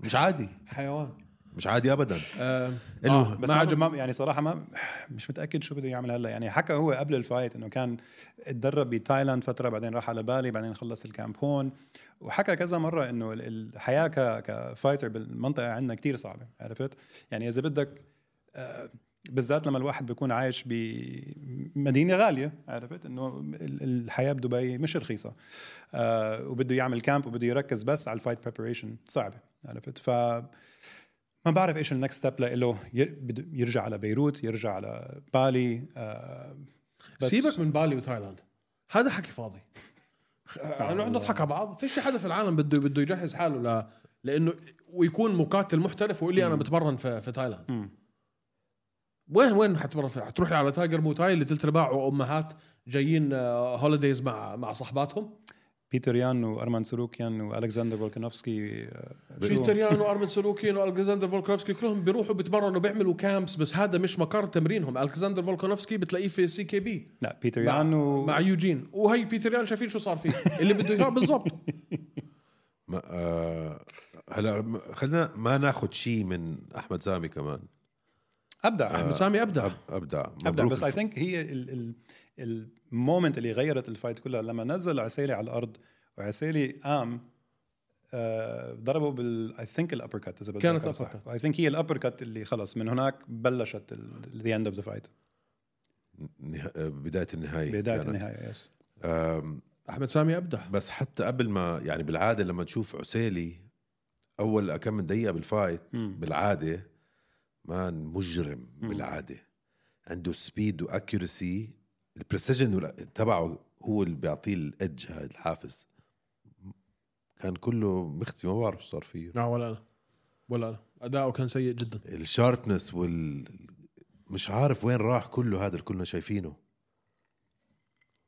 Speaker 1: مش عادي
Speaker 5: حيوان
Speaker 1: مش عادي ابدا
Speaker 5: آه
Speaker 1: إله.
Speaker 5: آه
Speaker 3: بس
Speaker 5: ما
Speaker 3: ما
Speaker 5: عجب
Speaker 3: ما يعني صراحه ما مش متاكد شو بده يعمل هلا يعني حكى هو قبل الفايت انه كان اتدرب بتايلاند فتره بعدين راح على بالي بعدين خلص الكامب هون وحكى كذا مره انه ال- الحياه ك كفايتر بالمنطقه عندنا كتير صعبه عرفت يعني اذا بدك آه، بالذات لما الواحد بيكون عايش بمدينه غاليه عرفت انه ال- الحياه بدبي مش رخيصه آه، وبده يعمل كامب وبده يركز بس على الفايت بريبريشن صعبه عرفت ف ما بعرف ايش النكست ستيب له ير- بده يرجع على بيروت يرجع على بالي آه بس-
Speaker 5: سيبك من بالي وتايلاند هذا حكي فاضي خ- آه، نقعد نضحك على بعض فيش حدا في العالم بده بده يجهز حاله ل... لانه ويكون مقاتل محترف ويقول لي انا بتمرن في, في تايلاند
Speaker 3: مم.
Speaker 5: وين وين حتمرن في... حتروح على تايجر موتاي اللي ثلث ارباعه امهات جايين هوليديز مع مع صحباتهم
Speaker 3: بيتر يان وارمان سلوكيان والكسندر فولكانوفسكي آه، شو-
Speaker 5: شيتريان وارمن سلوكين والكسندر فولكانوفسكي كلهم بيروحوا بيتمرنوا بيعملوا كامبس بس هذا مش مقر تمرينهم الكسندر فولكانوفسكي بتلاقيه في سي كي بي
Speaker 3: لا بيتر
Speaker 5: مع,
Speaker 3: يان و
Speaker 5: مع يوجين وهي بيتريان شايفين شو صار فيه اللي بده اياه بالضبط
Speaker 1: ما آه هلا م- خلينا ما ناخذ شيء من احمد سامي كمان
Speaker 3: ابدع
Speaker 5: سامي ابدع
Speaker 1: ابدع
Speaker 3: ابدع
Speaker 1: مبروك
Speaker 3: بس اي
Speaker 1: الف-
Speaker 3: ثينك هي ال- ال- المومنت اللي غيرت الفايت كلها لما نزل عسيلي على الارض وعسيلي قام آه، ضربه بال اي ثينك الابر كات اذا
Speaker 5: كانت uppercut.
Speaker 3: اي ثينك هي الابر كات اللي خلص من هناك بلشت ذا اند اوف ذا فايت
Speaker 1: نه- آه، يعني بدايه النهايه
Speaker 3: بدايه
Speaker 1: كانت.
Speaker 3: النهايه يس
Speaker 1: آم،
Speaker 5: احمد سامي ابدع
Speaker 1: بس حتى قبل ما يعني بالعاده لما تشوف عسيلي اول كم من دقيقه بالفايت
Speaker 3: مم.
Speaker 1: بالعاده مان مجرم بالعاده عنده سبيد واكيورسي البريسيجن وال- تبعه هو اللي بيعطيه الادج هذا الحافز كان كله مختفي ما بعرف شو صار فيه
Speaker 5: لا ولا انا ولا انا اداؤه كان سيء جدا
Speaker 1: الشاربنس وال مش عارف وين راح كله هذا اللي كلنا شايفينه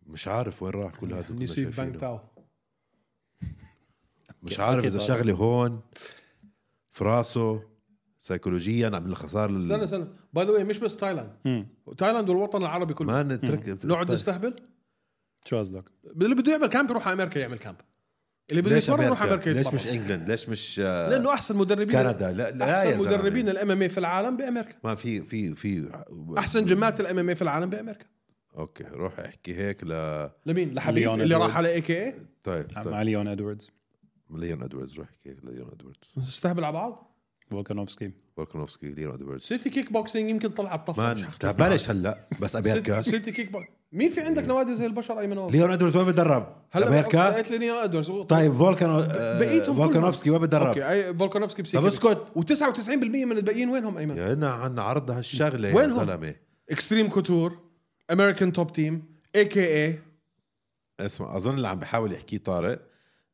Speaker 1: مش عارف وين راح
Speaker 5: يعني
Speaker 1: كل هذا اللي كلنا
Speaker 5: نسيف بانك
Speaker 1: شايفينه
Speaker 5: تاو
Speaker 1: مش عارف اذا شغله هون في راسه سيكولوجيا عم الخساره
Speaker 5: استنى
Speaker 1: لل-
Speaker 5: استنى باي ذا واي مش بس تايلاند
Speaker 3: مم.
Speaker 5: تايلاند والوطن العربي كله
Speaker 1: ما طيب. نترك
Speaker 5: نقعد نستهبل
Speaker 3: شو قصدك؟
Speaker 5: اللي بده يعمل كامب يروح على امريكا يعمل كامب اللي بده
Speaker 1: ليش
Speaker 5: يتمرن يروح على
Speaker 1: امريكا
Speaker 5: امريكا
Speaker 1: ليش مش
Speaker 5: يتمرن
Speaker 1: انجلند ليش مش آه،
Speaker 5: لانه احسن مدربين
Speaker 1: كندا لا لا يا
Speaker 5: احسن
Speaker 1: زلمة.
Speaker 5: مدربين الام ام إيه في العالم بامريكا
Speaker 1: ما في في في
Speaker 5: احسن جماعه الام ام إيه في العالم بامريكا
Speaker 1: اوكي روح احكي هيك ل
Speaker 5: لمين لحبيب
Speaker 3: ليون
Speaker 5: اللي راح
Speaker 3: إدواردز.
Speaker 5: على اي كي إيه؟ اي
Speaker 1: طيب
Speaker 3: مع
Speaker 1: طيب
Speaker 3: ليون ادواردز
Speaker 1: ليون ادواردز روح احكي هيك ليون ادواردز
Speaker 5: استهبل على بعض
Speaker 3: فولكانوفسكي
Speaker 1: فولكانوفسكي ليون ادواردز
Speaker 5: سيتي كيك بوكسينج يمكن طلع على الطفل مش
Speaker 1: مان
Speaker 5: عارف.
Speaker 1: لا بلاش هلا بس امريكا
Speaker 5: سيت- سيتي كيك بوك مين في
Speaker 1: إيه.
Speaker 5: عندك نوادي زي البشر ايمن هون؟
Speaker 1: ليون ادواردز وين بتدرب؟ امريكا
Speaker 5: لقيت لي نيو ادوردز
Speaker 1: طيب فولكانو آه،
Speaker 5: بقيتهم
Speaker 1: فولكانوفسكي وين بتدرب؟
Speaker 5: اوكي أي- فولكانوفسكي بسيكي
Speaker 1: طب اسكت.
Speaker 5: و99% من الباقيين وينهم ايمن؟
Speaker 1: يا هنا عن عرض هالشغله يا
Speaker 5: وينهم؟
Speaker 1: زلمه
Speaker 5: اكستريم كوتور امريكان توب تيم اي كي إيه. اي
Speaker 1: اسمع اظن اللي عم بحاول يحكيه طارق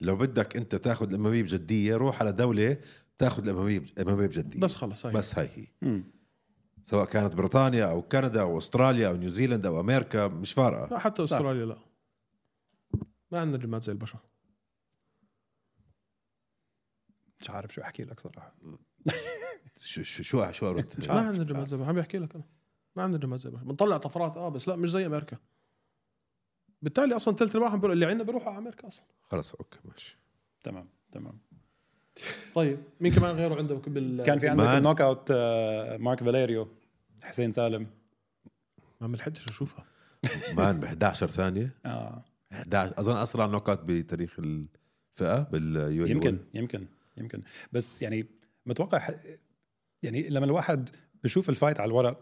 Speaker 1: لو بدك انت تاخذ الامميه بجديه روح على دوله تاخذ الامميه الامميه بجديه
Speaker 5: بس خلص هاي
Speaker 1: بس هاي هي سواء كانت بريطانيا او كندا او استراليا او نيوزيلندا او امريكا مش فارقه
Speaker 5: لا حتى استراليا لا ما عندنا جماعات زي البشر
Speaker 3: مش عارف شو احكي لك صراحه
Speaker 1: شو شو شو, شو ارد
Speaker 5: ما عندنا جماعات زي البشر عم بحكي لك انا ما عندنا جماعات زي البشر بنطلع طفرات اه بس لا مش زي امريكا بالتالي اصلا ثلث ارباعهم بيرو- اللي عندنا بيروحوا على امريكا اصلا
Speaker 1: خلص اوكي ماشي
Speaker 3: تمام تمام
Speaker 5: طيب مين كمان غيره عنده بال
Speaker 3: كان في عندك
Speaker 1: مان.
Speaker 3: نوك اوت آه، مارك فاليريو حسين سالم
Speaker 5: ما لحقتش اشوفها
Speaker 1: مان ب 11 ثانيه
Speaker 3: آه.
Speaker 1: 11 اظن اسرع نوك اوت بتاريخ الفئه باليو
Speaker 3: يمكن يمكن يمكن بس يعني متوقع ح- يعني لما الواحد بشوف الفايت على الورق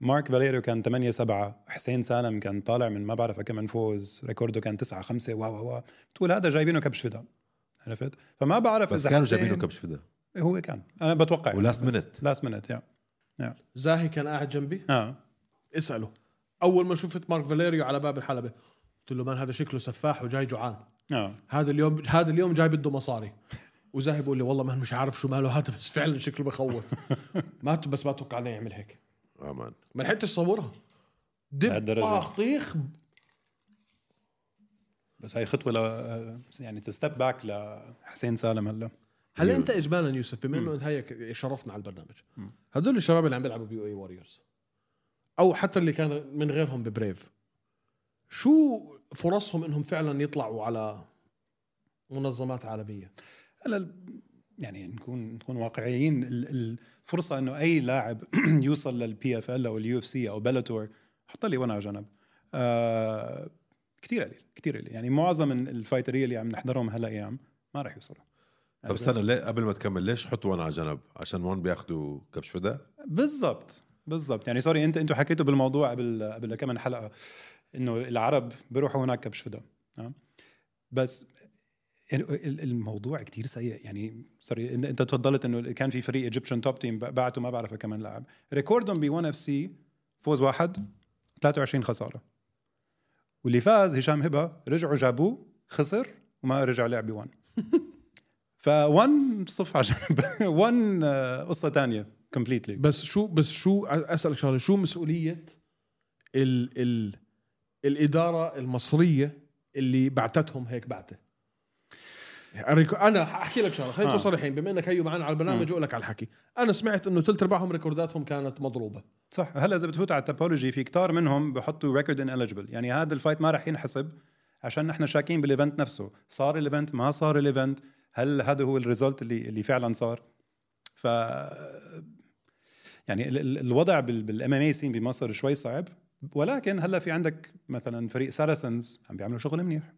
Speaker 3: مارك فاليريو كان 8 7 حسين سالم كان طالع من ما بعرف كم فوز ريكوردو كان 9 5 وا وا وا بتقول هذا جايبينه كبش فدا عرفت فما بعرف
Speaker 1: بس
Speaker 3: اذا
Speaker 1: كانوا
Speaker 3: حسين-
Speaker 1: جايبينه كبش فدا
Speaker 3: هو كان انا بتوقع
Speaker 1: ولاست مينت
Speaker 3: لاست مينت يا
Speaker 5: زاهي كان قاعد جنبي
Speaker 3: اه
Speaker 5: اساله اول ما شفت مارك فاليريو على باب الحلبه قلت له مان هذا شكله سفاح وجاي جوعان
Speaker 3: اه
Speaker 5: هذا اليوم هذا اليوم جاي بده مصاري وزاهي بيقول لي والله مان مش عارف شو ماله هذا بس فعلا شكله بخوف ما ت- بس ما اتوقع انه يعمل هيك
Speaker 1: اه مان
Speaker 5: ما لحقتش صورها دب
Speaker 3: لهالدرجة.
Speaker 5: طاخ طيخ
Speaker 3: بس هاي خطوه ل يعني تستب باك لحسين سالم هلا
Speaker 5: هل انت اجمالا يوسف بما انه انت هيك شرفنا على البرنامج هدول الشباب اللي عم بيلعبوا بيو اي واريورز او حتى اللي كان من غيرهم ببريف شو فرصهم انهم فعلا يطلعوا على منظمات عالميه
Speaker 3: هلا ال- يعني نكون نكون واقعيين ال- الفرصه انه اي لاعب يوصل للبي اف ال او اليو اف سي او بلاتور حط لي وانا على جنب آه كثير قليل كثير قليل يعني معظم ال- الفايتريه اللي عم نحضرهم هلا ايام ما راح يوصلوا
Speaker 1: طب استنى ليه قبل ما تكمل ليش حطوا وانا على جنب عشان وان بياخذوا كبش فدا
Speaker 3: بالضبط بالضبط يعني سوري انت انتم حكيتوا بالموضوع قبل قبل كم من حلقه انه العرب بيروحوا هناك كبش فدا تمام؟ بس ال- ال- الموضوع كتير سيء يعني سوري انت انت تفضلت انه كان في فريق ايجيبشن توب تيم بعتوا ما بعرف كمان لاعب ريكوردهم ب 1 اف سي فوز واحد 23 خساره واللي فاز هشام هبه رجعوا جابوه خسر وما رجع لعب ب 1 ف 1 صف آه، على جنب 1 قصه ثانيه كومبليتلي
Speaker 5: بس شو بس شو اسالك شغله شو مسؤوليه ال ال الاداره المصريه اللي بعتتهم هيك بعته ريكو- انا احكي لك شغله خلينا
Speaker 3: آه.
Speaker 5: نكون صريحين بما انك هيو معنا على البرنامج واقول لك على الحكي انا سمعت انه ثلث ارباعهم ريكورداتهم كانت مضروبه
Speaker 3: صح هلا اذا بتفوت على التوبولوجي في كتار منهم بحطوا ريكورد ان eligible يعني هذا الفايت ما راح ينحسب عشان نحن شاكين بالايفنت نفسه صار الايفنت ما صار الايفنت هل هذا هو الريزلت اللي اللي فعلا صار ف يعني ال- ال- الوضع بالام ام اي سين بمصر شوي صعب ولكن هلا في عندك مثلا فريق ساراسنز عم بيعملوا شغل منيح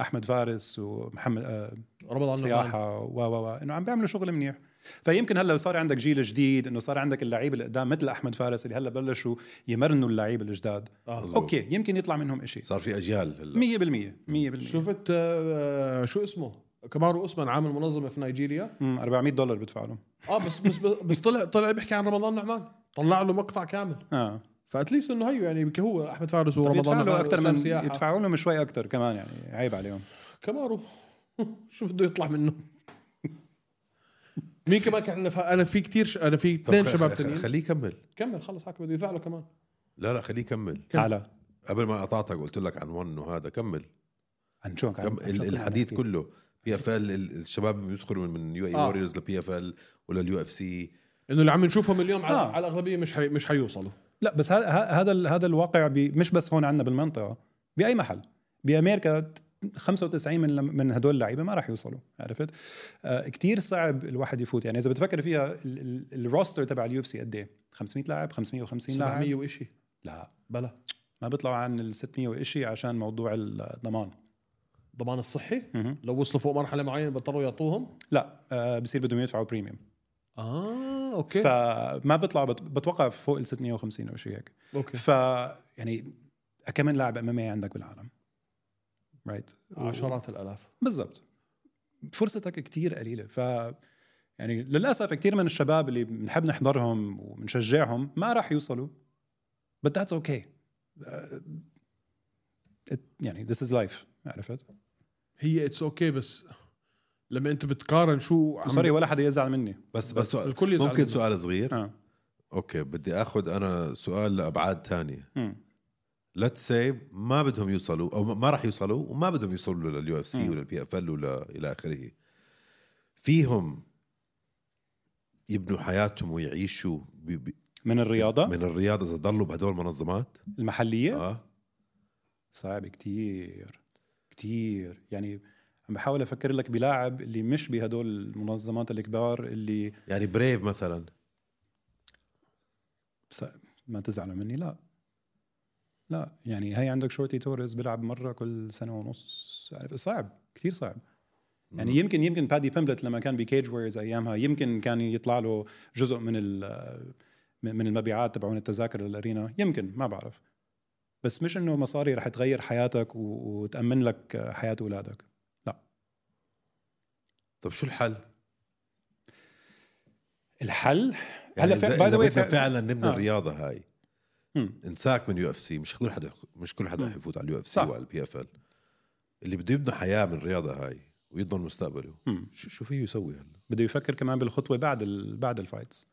Speaker 3: احمد فارس ومحمد آه،
Speaker 5: رمضان نعمان.
Speaker 3: سياحه و و و انه عم بيعملوا شغل منيح فيمكن هلا صار عندك جيل جديد انه صار عندك اللعيبه اللي قدام مثل احمد فارس اللي هلا بلشوا يمرنوا اللعيبه الجداد
Speaker 5: آه.
Speaker 3: اوكي يمكن يطلع منهم شيء 100%
Speaker 1: صار في اجيال هلا
Speaker 3: 100% 100%
Speaker 5: شفت آه، شو اسمه كمارو اسمان عامل منظمه في نيجيريا
Speaker 3: أمم، 400 دولار بدفع لهم
Speaker 5: اه بس بس بس طلع طلع بيحكي عن رمضان نعمان طلع له مقطع كامل
Speaker 3: اه
Speaker 5: فاتليست انه هيو يعني هو احمد فارس ورمضان
Speaker 3: يدفعوا
Speaker 5: نعمان
Speaker 3: له اكثر
Speaker 5: وإسلام
Speaker 3: من
Speaker 5: سياحة.
Speaker 3: يدفعوا لهم شوي اكثر كمان يعني عيب عليهم
Speaker 5: كمارو شو بده يطلع منه مين كمان كان عندنا ف- انا في كثير ش... انا في اثنين شباب تانيين
Speaker 1: خليه يكمل
Speaker 5: كمل خلص هاك بده يدفع له كمان
Speaker 1: لا لا خليه يكمل
Speaker 3: تعال
Speaker 1: قبل ما قطعتك قلت لك عن ون وهذا كمل
Speaker 3: عن شو كان
Speaker 1: كم
Speaker 3: عن شو كنا عم
Speaker 1: الحديث
Speaker 3: نحكي؟
Speaker 1: كله بي اف ال الشباب بيدخلوا من- من يو إيه اي
Speaker 5: آه.
Speaker 1: ووريرز لبي اف ال ولا اليو اف سي
Speaker 5: انه اللي عم نشوفهم اليوم على,
Speaker 3: آه.
Speaker 5: على الاغلبيه مش حي... مش حيوصلوا
Speaker 3: لا بس ه- ه- هذا ال- هذا الواقع بي- مش بس هون عندنا بالمنطقه باي محل بامريكا ت- 95 من لم- من هدول اللعيبه ما راح يوصلوا عرفت آه كتير صعب الواحد يفوت يعني اذا بتفكر فيها ال- ال- الروستر تبع اليو اف سي قد ايه 500 لاعب 550 لاعب
Speaker 5: 700 وشيء
Speaker 3: لا
Speaker 5: بلا
Speaker 3: ما بيطلعوا عن ال 600 وإشي عشان موضوع الضمان
Speaker 5: ضمان الصحي لو وصلوا فوق مرحله معينه بيضطروا يعطوهم
Speaker 3: لا آه بصير بدهم يدفعوا بريميوم
Speaker 5: اه اوكي ف...
Speaker 3: فما بيطلعوا بت- بتوقع فوق ال 650 او شيء هيك
Speaker 5: اوكي
Speaker 3: ف يعني كم من لاعب امامي عندك بالعالم رايت
Speaker 5: عشرات الالاف
Speaker 3: بالضبط فرصتك كتير قليله ف يعني للاسف كتير من الشباب اللي بنحب نحضرهم وبنشجعهم ما راح يوصلوا but that's okay آه، it, يعني this is life عرفت؟
Speaker 5: هي اتس اوكي بس لما انت بتقارن شو عم
Speaker 3: سوري ولا حدا يزعل مني
Speaker 1: بس
Speaker 5: بس
Speaker 1: بس سؤال
Speaker 5: الكل آه. يزعل
Speaker 1: ممكن
Speaker 5: منه.
Speaker 1: سؤال صغير
Speaker 3: اه
Speaker 1: اوكي بدي اخذ انا سؤال لابعاد تانية
Speaker 3: مم.
Speaker 1: ليتس سي ما بدهم يوصلوا او ما راح يوصلوا وما بدهم يوصلوا لليو اف سي
Speaker 3: مم.
Speaker 1: ولا البي اف ال ولا الى اخره فيهم يبنوا حياتهم ويعيشوا ب... ب...
Speaker 3: من الرياضه
Speaker 1: من الرياضه اذا ضلوا بهدول المنظمات
Speaker 3: المحليه
Speaker 1: اه
Speaker 3: صعب كتير كتير يعني عم بحاول افكر لك بلاعب اللي مش بهدول المنظمات الكبار اللي
Speaker 1: يعني بريف مثلا
Speaker 3: بس ما تزعلوا مني لا لا يعني هي عندك شورتي توريز بيلعب مره كل سنه ونص عارف صعب كتير صعب يعني يمكن يمكن بادي بيمبلت لما كان بكيج ويرز ايامها يمكن كان يطلع له جزء من ال- من من المبيعات تبعون التذاكر للارينا يمكن ما بعرف بس مش انه مصاري رح تغير حياتك و- وتامن لك حياه اولادك
Speaker 1: طب طيب شو الحل؟
Speaker 3: الحل
Speaker 1: يعني
Speaker 3: هلا
Speaker 1: اذا,
Speaker 3: by
Speaker 1: إذا
Speaker 3: the way
Speaker 1: بدنا
Speaker 3: ف-
Speaker 1: فعلا نبني
Speaker 3: آه.
Speaker 1: آه. الرياضه هاي
Speaker 3: مم.
Speaker 1: انساك من يو اف سي مش كل حدا مش كل حدا
Speaker 3: مم.
Speaker 1: حيفوت على اليو اف سي
Speaker 3: صح.
Speaker 1: وعلى البي اف ال اللي بده يبني حياه من الرياضه هاي ويضمن مستقبله
Speaker 3: مم.
Speaker 1: شو, شو فيه يسوي هلا؟
Speaker 3: بده يفكر كمان بالخطوه بعد ال... بعد الفايتس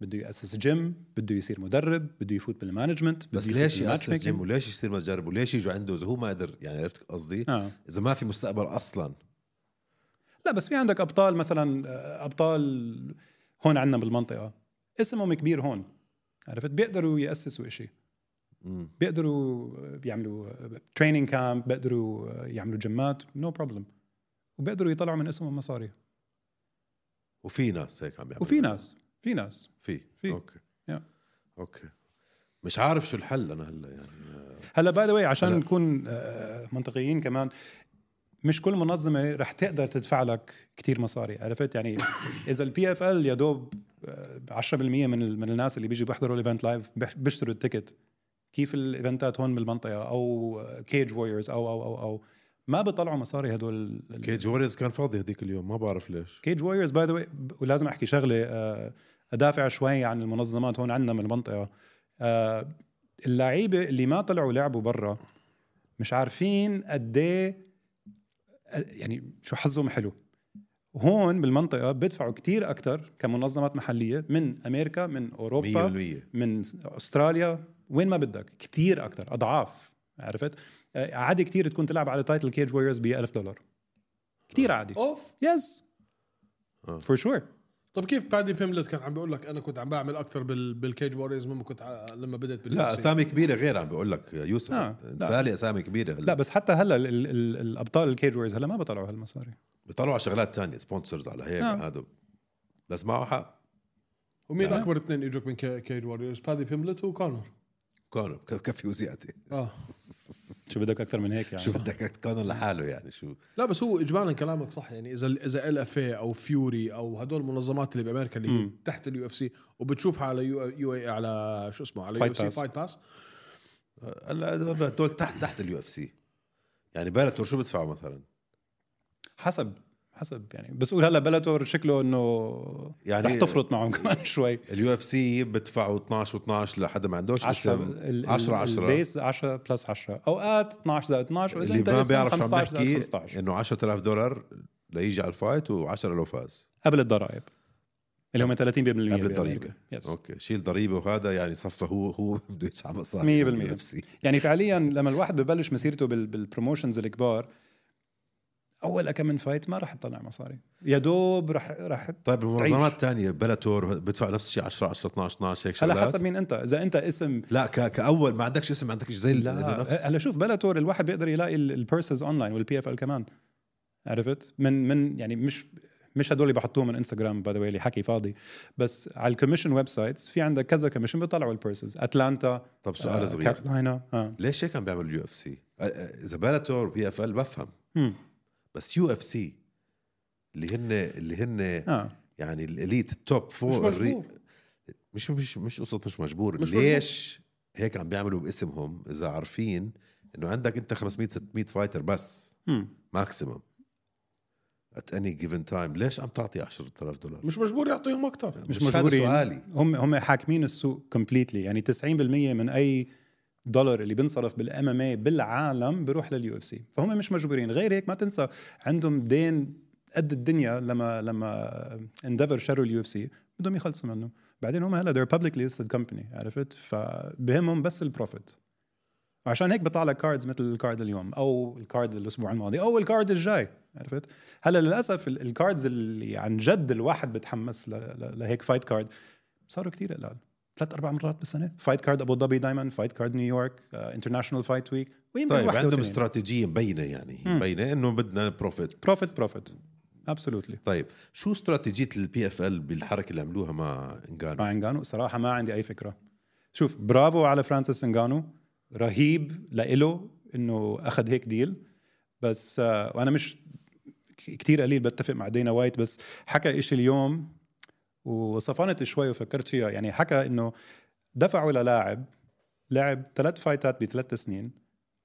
Speaker 3: بده ياسس جيم بده يصير مدرب بده يفوت بالمانجمنت بده
Speaker 1: بس
Speaker 3: يفوت
Speaker 1: ليش
Speaker 3: بالmatch
Speaker 1: ياسس جيم
Speaker 3: making.
Speaker 1: وليش يصير متجرب وليش يجوا عنده اذا هو ما قدر يعني عرفت قصدي؟
Speaker 3: آه.
Speaker 1: اذا ما في مستقبل اصلا
Speaker 3: لا بس في عندك ابطال مثلا آه، ابطال هون عندنا بالمنطقه اسمهم كبير هون عرفت بيقدروا ياسسوا شيء
Speaker 1: مم.
Speaker 3: بيقدروا يعملوا تريننج كامب بيقدروا يعملوا جمات نو بروبلم وبيقدروا يطلعوا من اسمهم مصاري
Speaker 1: وفي ناس هيك عم بيعملوا
Speaker 3: وفي ناس في ناس
Speaker 1: في
Speaker 3: في.
Speaker 1: في اوكي
Speaker 3: Yeah.
Speaker 1: اوكي مش عارف شو الحل انا هلا يعني
Speaker 3: هلا باي ذا عشان
Speaker 1: هلا.
Speaker 3: نكون آه، منطقيين كمان مش كل منظمه رح تقدر تدفع لك كتير مصاري عرفت يعني اذا البي اف ال يا دوب آه، 10% من ال- من الناس اللي بيجوا بيحضروا الايفنت لايف بيح- بيشتروا التيكت كيف الايفنتات هون بالمنطقه او كيج ووريرز او او او او ما بيطلعوا مصاري هدول
Speaker 1: كيج ووريرز كان فاضي هذيك اليوم ما بعرف ليش
Speaker 3: كيج ووريرز باي ذا ولازم احكي شغله آه، ادافع شوي عن المنظمات هون عندنا من المنطقه آه، اللعيبه اللي ما طلعوا لعبوا برا مش عارفين قد ايه آه، يعني شو حظهم حلو هون بالمنطقه بدفعوا كتير اكثر كمنظمات محليه من امريكا من اوروبا
Speaker 1: 100%
Speaker 3: من استراليا وين ما بدك كتير اكثر اضعاف عرفت آه، عادي كتير تكون تلعب على تايتل كيج ووريرز ب 1000 دولار كتير عادي
Speaker 5: اوف
Speaker 3: يس
Speaker 1: آه.
Speaker 3: فور شور
Speaker 5: طب كيف بادي بيملت كان عم بيقول لك انا كنت عم بعمل اكثر بال... بالكيج ووريرز مما كنت ع... لما بدات بال
Speaker 1: لا
Speaker 5: UFC.
Speaker 1: اسامي كبيره غير عم بقول لك يا يوسف
Speaker 3: آه،
Speaker 1: آه.
Speaker 3: لا.
Speaker 1: سالي اسامي كبيره هلا
Speaker 3: لا بس حتى هلا ال- ال- ال- الابطال الكيج وورز هلا ما بيطلعوا هالمصاري
Speaker 1: بيطلعوا على شغلات تانية سبونسرز على هيك
Speaker 3: آه.
Speaker 1: آه. هذا بس معه حق
Speaker 5: ومين
Speaker 3: نعم.
Speaker 5: اكبر اثنين اجوك من كي- كيج ووريرز بادي بيملت وكونر
Speaker 1: كونر ك- كفي وزياده
Speaker 5: اه
Speaker 3: شو بدك اكثر من هيك يعني
Speaker 1: شو بدك كونر لحاله يعني شو
Speaker 5: لا بس هو اجمالا كلامك صح يعني اذا اذا ال اف او فيوري او هدول المنظمات اللي بامريكا اللي هي
Speaker 3: مم.
Speaker 5: تحت اليو اف سي وبتشوفها على يو يو اي على شو اسمه على يو
Speaker 3: Fight
Speaker 5: اف سي
Speaker 3: Pass.
Speaker 5: فايت باس
Speaker 1: هلا هدول- هدول تحت تحت اليو اف سي يعني بلاتور شو بدفعوا مثلا
Speaker 3: حسب حسب يعني بس قول هلا بلاتور شكله انه
Speaker 1: يعني-
Speaker 3: رح تفرط معهم كمان شوي
Speaker 1: اليو اف سي بدفعوا 12 و12 لحدا ما عندوش 10 10 10
Speaker 3: البيس 10 بلس 10 اوقات 12 زائد 12 واذا
Speaker 1: اللي
Speaker 3: انت
Speaker 1: ما بيعرف
Speaker 3: اسم
Speaker 1: شو عم
Speaker 3: 15 زائد 15
Speaker 1: نحكي انه 10000 دولار ليجي على الفايت و10 لو فاز
Speaker 3: قبل الضرائب اللي هم 30%
Speaker 1: قبل
Speaker 3: قبل
Speaker 1: الضريبة.
Speaker 3: يس
Speaker 1: اوكي شيل ضريبه وهذا يعني صفى هو هو بده يدفع مصاري
Speaker 3: مية
Speaker 1: على
Speaker 3: بالمية.
Speaker 1: UFC.
Speaker 3: يعني فعليا لما الواحد ببلش مسيرته بال- بالبروموشنز الكبار اول كم من فايت ما راح تطلع مصاري يا دوب راح راح
Speaker 1: طيب المنظمات الثانيه بلاتور بدفع نفس الشيء 10 10 12 12 هيك
Speaker 3: على
Speaker 1: شغلات
Speaker 3: حسب مين انت اذا انت اسم
Speaker 1: لا ك... كاول ما عندكش اسم عندك زي لا
Speaker 3: لا
Speaker 1: نفس
Speaker 3: هلا شوف بلاتور الواحد بيقدر يلاقي البيرسز اونلاين والبي اف ال كمان عرفت من من يعني مش مش هدول اللي بحطوهم من انستغرام باي ذا اللي حكي فاضي بس على الكوميشن ويب سايتس في عندك كذا كوميشن بيطلعوا البيرسز اتلانتا
Speaker 1: طب طيب،
Speaker 3: آه،
Speaker 1: سؤال صغير
Speaker 3: كارولينا اه
Speaker 1: ليش هيك عم بيعمل اليو اف سي؟ اذا بلاتور وبي اف ال بفهم
Speaker 3: مم.
Speaker 1: بس يو اف سي اللي هن اللي هن
Speaker 3: اه
Speaker 1: يعني الاليت التوب
Speaker 5: مش
Speaker 1: فور الري-
Speaker 5: مجبور
Speaker 1: مش مش مش قصه مش مجبور
Speaker 5: مش
Speaker 1: مش ليش هيك عم بيعملوا باسمهم اذا عارفين انه عندك انت 500 600 فايتر بس
Speaker 3: مم.
Speaker 1: ماكسيمم ات اني جيفن تايم ليش عم تعطي 10000 دولار
Speaker 5: مش مجبور يعطيهم اكثر
Speaker 1: مش
Speaker 3: مش
Speaker 1: هذا
Speaker 3: مجبورين
Speaker 1: سؤالي.
Speaker 3: هم هم حاكمين السوق كومبليتلي يعني 90% من اي دولار اللي بنصرف بالام ام اي بالعالم بروح لليو اف سي فهم مش مجبورين غير هيك ما تنسى عندهم دين قد الدنيا لما لما اندفر شروا اليو اف سي بدهم يخلصوا منه بعدين هم هلا they're publicly listed company عرفت فبهمهم بس البروفيت عشان هيك بيطلع لك كاردز مثل الكارد اليوم او الكارد الاسبوع الماضي او الكارد الجاي عرفت هلا للاسف ال- الكاردز اللي عن جد الواحد بتحمس ل- ل- لهيك فايت كارد صاروا كتير قلال ثلاث اربع مرات بالسنه فايت كارد ابو ظبي دائما فايت كارد نيويورك انترناشونال فايت ويك ويمكن
Speaker 1: طيب
Speaker 3: واحدة
Speaker 1: عندهم
Speaker 3: واتنين.
Speaker 1: استراتيجيه مبينه يعني مبينه انه بدنا بروفيت
Speaker 3: بروفيت بروفيت ابسولوتلي
Speaker 1: طيب شو استراتيجيه البي اف ال بالحركه اللي عملوها مع انجانو
Speaker 3: مع انغانو صراحه ما عندي اي فكره شوف برافو على فرانسيس انغانو رهيب لإله انه اخذ هيك ديل بس آه، وانا مش كتير قليل بتفق مع دينا وايت بس حكى إشي اليوم وصفنت شوي وفكرت فيها يعني حكى انه دفعوا للاعب لعب ثلاث فايتات بثلاث سنين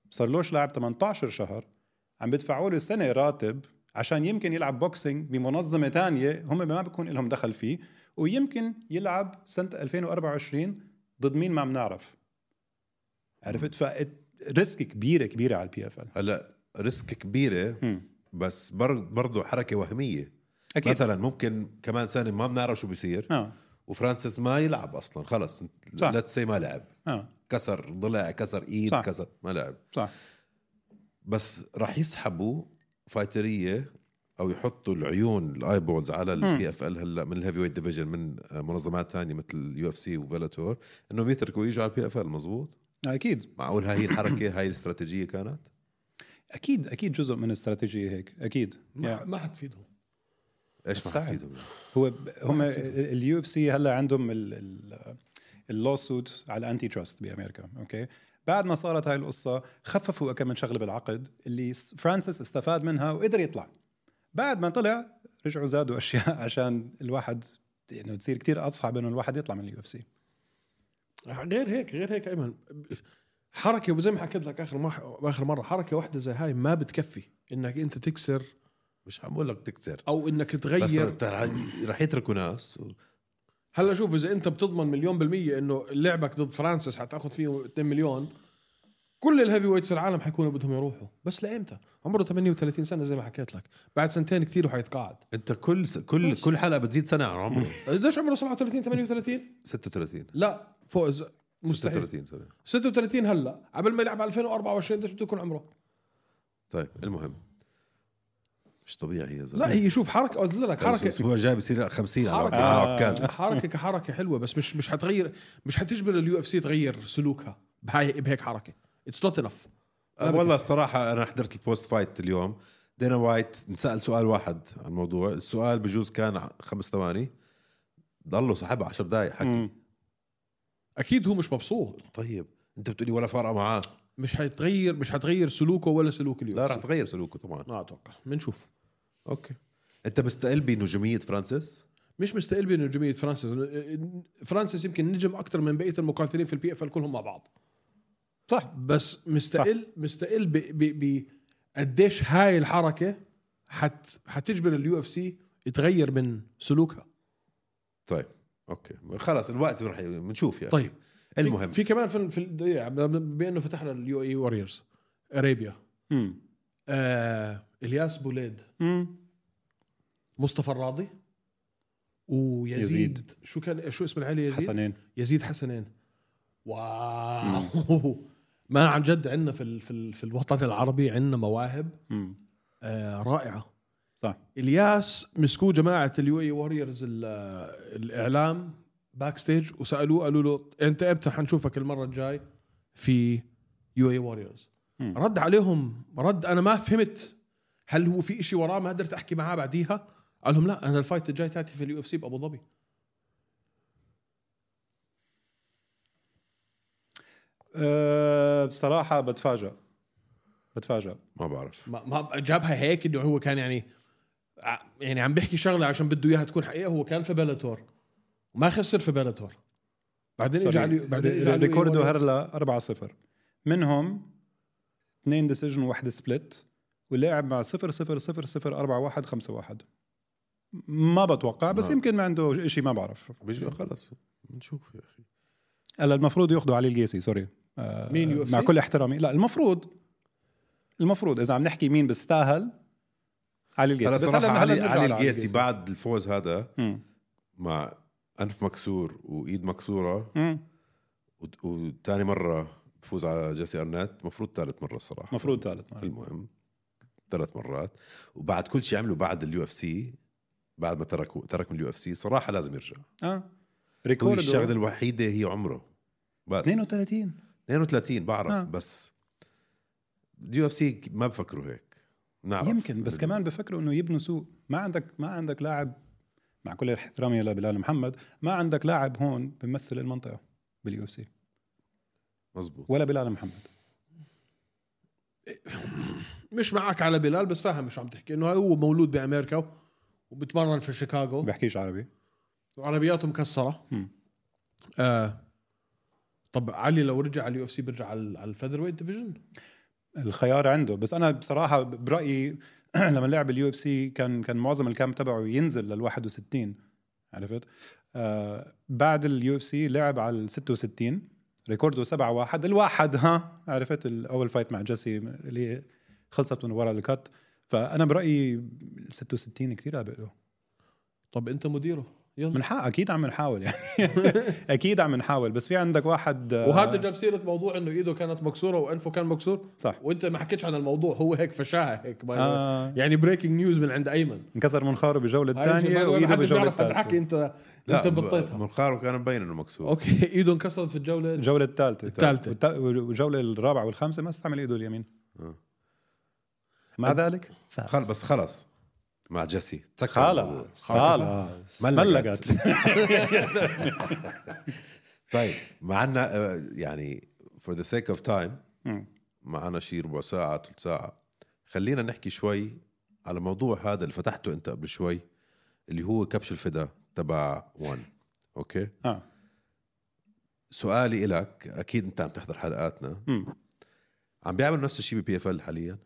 Speaker 3: صار لوش لاعب 18 شهر عم بدفعوا له سنه راتب عشان يمكن يلعب بوكسينج بمنظمه تانية هم ما بكون لهم دخل فيه ويمكن يلعب سنه 2024 ضد مين ما بنعرف عرفت فريسك كبيره كبيره على البي اف ال
Speaker 1: هلا ريسك كبيره بس برضه حركه وهميه أكيد. مثلا ممكن كمان سنه ما بنعرف شو بيصير
Speaker 3: اه
Speaker 1: وفرانسيس ما يلعب اصلا خلص
Speaker 3: صح.
Speaker 1: لا تسي ما لعب
Speaker 3: اه
Speaker 1: كسر ضلع كسر ايد
Speaker 3: صح.
Speaker 1: كسر ما لعب
Speaker 3: صح
Speaker 1: بس راح يسحبوا فايتريه او يحطوا العيون الاي بولز على البي اف ال هلا من الهيفي ويت ديفيجن من منظمات ثانيه مثل اليو اف سي وبلاتور انهم يتركوا يجوا على البي اف ال مزبوط
Speaker 3: اكيد
Speaker 1: معقول هاي الحركه هاي الاستراتيجيه كانت
Speaker 3: اكيد اكيد جزء من الاستراتيجيه هيك اكيد
Speaker 5: ما, ما حتفيدهم
Speaker 1: ايش ما
Speaker 3: صعب.
Speaker 1: حفيدهم يعني؟
Speaker 3: هو ب- هم اليو اف سي هلا عندهم اللو سوت على الانتي تراست بامريكا اوكي بعد ما صارت هاي القصه خففوا كم من شغله بالعقد اللي س- فرانسيس استفاد منها وقدر يطلع بعد ما طلع رجعوا زادوا اشياء عشان الواحد انه تصير كتير اصعب انه الواحد يطلع من اليو اف سي
Speaker 5: غير هيك غير هيك ايمن حركه وزي ما حكيت لك اخر مح... اخر مره حركه واحده زي هاي ما بتكفي انك انت تكسر
Speaker 1: مش عم بقول لك تكسر
Speaker 5: او انك
Speaker 1: بس
Speaker 5: تغير
Speaker 1: رح- رح يتركوا ناس و-
Speaker 5: هلا شوف اذا انت بتضمن مليون بالميه انه لعبك ضد فرانسيس حتاخذ فيه 2 مليون كل الهيفي ويتس في العالم حيكونوا بدهم يروحوا بس لامتى عمره 38 سنه زي ما حكيت لك بعد سنتين كثير وحيتقاعد
Speaker 1: انت كل س... كل كل حلقه بتزيد سنه عن عمره
Speaker 5: قديش عمره 37 38
Speaker 1: 36
Speaker 5: لا فوق إذا- مستحيل
Speaker 1: 36 سنه
Speaker 5: 36 هلا قبل ما يلعب 2024 قديش بده يكون عمره
Speaker 1: طيب المهم مش طبيعي يا زلمه
Speaker 5: لا هي شوف حركه قلت لك حركه
Speaker 1: الاسبوع الجاي بصير 50 على
Speaker 5: حركة.
Speaker 1: آه. عكاز
Speaker 5: حركه كحركه حلوه بس مش مش حتغير مش حتجبر اليو اف سي تغير سلوكها بهاي بهيك حركه اتس نوت انف
Speaker 1: والله الصراحه انا حضرت البوست فايت اليوم دينا وايت انسال سؤال واحد عن الموضوع السؤال بجوز كان ع- خمس ثواني ضلوا صاحبها 10 دقائق حكي
Speaker 5: اكيد هو مش مبسوط
Speaker 1: طيب انت بتقولي ولا فارقه معاه
Speaker 5: مش حيتغير مش حتغير سلوكه ولا سلوك اليو
Speaker 1: لا راح تغير سلوكه طبعا
Speaker 5: ما اتوقع بنشوف
Speaker 1: اوكي انت مستقل بنجوميه فرانسيس
Speaker 5: مش مستقل بنجوميه فرانسيس فرانسيس يمكن نجم اكثر من بقيه المقاتلين في البي اف كلهم مع بعض
Speaker 3: صح
Speaker 5: بس مستقل صح. مستقل ب ب ب قديش هاي الحركه حت حتجبر اليو اف سي تغير من سلوكها
Speaker 1: طيب اوكي خلاص الوقت رح ي- بنشوف يعني
Speaker 5: طيب
Speaker 1: المهم
Speaker 5: في كمان في في الدقيقه بانه فتحنا اليو اي واريورز اريبيا
Speaker 3: امم
Speaker 5: آه الياس بوليد مصطفى الراضي ويزيد
Speaker 3: يزيد.
Speaker 5: يزيد. شو كان شو اسم العيله يزيد؟
Speaker 3: حسنين
Speaker 5: يزيد حسنين واو ما عن جد عندنا في ال- في ال- في الوطن العربي عندنا مواهب
Speaker 3: مم.
Speaker 5: آه رائعه
Speaker 3: صح
Speaker 5: الياس مسكوه جماعه اليو اي ووريرز الاعلام باك ستيج وسالوه قالوا له انت امتى حنشوفك المره الجاي في يو اي ووريرز
Speaker 3: مم.
Speaker 5: رد عليهم رد انا ما فهمت هل هو في إشي وراه ما قدرت احكي معاه بعديها قال لهم لا انا الفايت الجاي تاتي في اليو اف سي بابو ظبي
Speaker 3: أه بصراحه بتفاجئ بتفاجئ
Speaker 1: ما بعرف
Speaker 5: ما ما جابها هيك انه هو كان يعني ع- يعني عم بيحكي شغله عشان بده اياها تكون حقيقه هو كان في بلاتور ما خسر في بلاتور بعدين اجى علي بعدين اجى علي
Speaker 3: ريكوردو
Speaker 5: ويليامز.
Speaker 3: هرلا 4 0 منهم اثنين ديسيجن وواحدة سبلت ولعب مع 0 0 0 0 4 1 5 1 ما بتوقع بس
Speaker 5: آه.
Speaker 1: نعم.
Speaker 3: يمكن ما عنده شيء ما بعرف
Speaker 1: بيجي خلص بنشوف يا اخي
Speaker 3: هلا المفروض ياخذوا علي القيسي سوري آه،
Speaker 5: مين UFC؟
Speaker 3: مع كل احترامي لا المفروض المفروض اذا عم نحكي مين بيستاهل علي القيسي
Speaker 1: هلا
Speaker 3: بس
Speaker 1: صراحه
Speaker 3: هلا- هلا
Speaker 1: علي
Speaker 3: بنرجع
Speaker 1: علي
Speaker 3: لعلي
Speaker 1: القيسي بعد الفوز هذا
Speaker 3: مم.
Speaker 1: مع انف مكسور وايد مكسوره
Speaker 3: مم.
Speaker 1: وت- وتاني مره بفوز على جيسي ارنات مفروض ثالث مره الصراحه
Speaker 3: مفروض ثالث مرة.
Speaker 1: المهم ثلاث مرات وبعد كل شيء عمله بعد اليو اف سي بعد ما تركوا ترك من اليو اف سي صراحه لازم يرجع
Speaker 3: اه
Speaker 1: هو
Speaker 3: ريكوردو
Speaker 1: الشغله الوحيده هي عمره بس
Speaker 3: 32
Speaker 1: 32 بعرف
Speaker 3: آه.
Speaker 1: آه. بس اليو اف سي ما بفكروا هيك نعم
Speaker 3: يمكن بس كمان بفكروا انه يبنوا سوق ما عندك ما عندك لاعب مع كل احترامي لبلال محمد ما عندك لاعب هون بمثل المنطقه باليو اف سي
Speaker 1: مزبوط
Speaker 3: ولا بلال محمد
Speaker 5: مش معك على بلال بس فاهم مش عم تحكي انه هو مولود بامريكا وبتمرن في شيكاغو
Speaker 3: بحكيش عربي
Speaker 5: وعربياته مكسره
Speaker 3: مم.
Speaker 5: آه طب علي لو رجع على اليو اف سي بيرجع على على الفيذر ويت ديفيجن
Speaker 3: الخيار عنده بس انا بصراحه برايي لما لعب اليو اف سي كان كان معظم الكام تبعه ينزل لل 61 عرفت آه بعد اليو اف سي لعب على ال 66 ريكوردو 7 1 الواحد ها عرفت الاول فايت مع جيسي اللي خلصت من ورا الكت فانا برايي ال 66 كثير قابل له
Speaker 5: طب انت مديره يلا
Speaker 3: من حق اكيد عم نحاول يعني اكيد عم نحاول بس في عندك واحد آه،
Speaker 5: وهذا جاب سيره موضوع انه ايده كانت مكسوره وانفه كان مكسور
Speaker 3: صح
Speaker 5: وانت ما حكيتش عن الموضوع هو هيك فشاها هيك by the way.
Speaker 3: آه
Speaker 5: يعني بريكنج نيوز من عند ايمن
Speaker 3: انكسر منخاره بجوله ثانيه وايده
Speaker 5: وايده
Speaker 3: بجوله
Speaker 5: بيعرف هذا
Speaker 3: الثالثه
Speaker 5: الحكي انت
Speaker 1: لا
Speaker 5: انت بطيتها
Speaker 1: منخاره كان مبين انه مكسور
Speaker 5: اوكي ايده انكسرت في الجوله
Speaker 3: الجولة الثالثة
Speaker 5: الثالثة.
Speaker 3: والت- والجولة الرابعة والخامسة ما استعمل ايده اليمين
Speaker 1: آه.
Speaker 3: مع ذلك
Speaker 1: خل بس خلص مع جيسي تسكر الموضوع.
Speaker 3: خلص خلص ملقت
Speaker 1: طيب معنا آه، يعني فور ذا سيك اوف تايم
Speaker 3: مم.
Speaker 1: معنا شي ربع ساعة ثلث ساعة خلينا نحكي شوي على موضوع هذا اللي فتحته انت قبل شوي اللي هو كبش الفدا تبع وان اوكي
Speaker 3: آه.
Speaker 1: سؤالي إلك اكيد انت عم تحضر حلقاتنا
Speaker 3: مم.
Speaker 1: عم بيعمل نفس الشيء ببي اف ال حاليا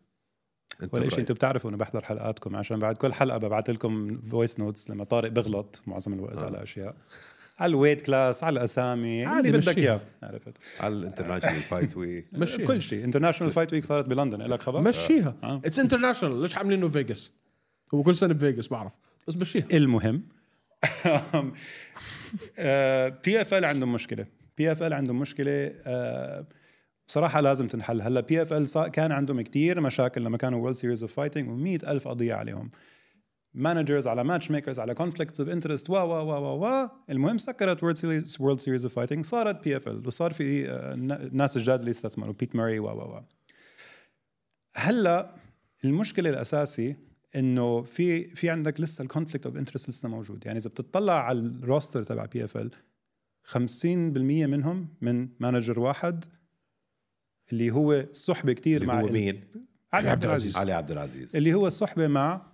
Speaker 1: انت
Speaker 3: ولا
Speaker 1: برأيك؟
Speaker 3: شيء انتم بتعرفوا انه بحضر حلقاتكم عشان بعد كل حلقة ببعث لكم فويس نوتس لما طارق بغلط معظم الوقت
Speaker 1: آه.
Speaker 3: على اشياء على الويت كلاس على الاسامي
Speaker 5: عادي
Speaker 3: اللي بدك
Speaker 5: مشيها.
Speaker 3: اياه عرفت
Speaker 1: على الانترناشونال فايت ويك
Speaker 5: مشيها.
Speaker 3: كل شيء انترناشونال فايت ويك صارت بلندن لك خبر
Speaker 5: مشيها
Speaker 3: آه.
Speaker 5: اتس انترناشونال ليش عاملينه فيجاس هو كل سنه بفيجاس بعرف بس مشيها
Speaker 3: المهم بي اف ال عندهم مشكله بي اف ال عندهم مشكله آه، بصراحه لازم تنحل هلا بي اف ال كان عندهم كتير مشاكل لما كانوا وورلد سيريز اوف فايتنج و100 الف قضيه عليهم مانجرز على ماتش ميكرز على كونفليكتس اوف انترست و و و و و المهم سكرت وورلد سيريز وورلد سيريز اوف فايتنج صارت بي اف ال وصار في آه، نا- ناس جداد اللي استثمروا بيت ماري و و و هلا المشكله الاساسي انه في في عندك لسه الكونفليكت اوف انترست لسه موجود يعني اذا بتطلع على الروستر تبع بي اف ال 50% منهم من مانجر واحد اللي هو صحبه كتير
Speaker 1: اللي
Speaker 3: مع
Speaker 1: هو
Speaker 3: ال-
Speaker 1: مين؟
Speaker 3: علي عبد العزيز
Speaker 1: علي عبد العزيز
Speaker 3: اللي هو الصحبه مع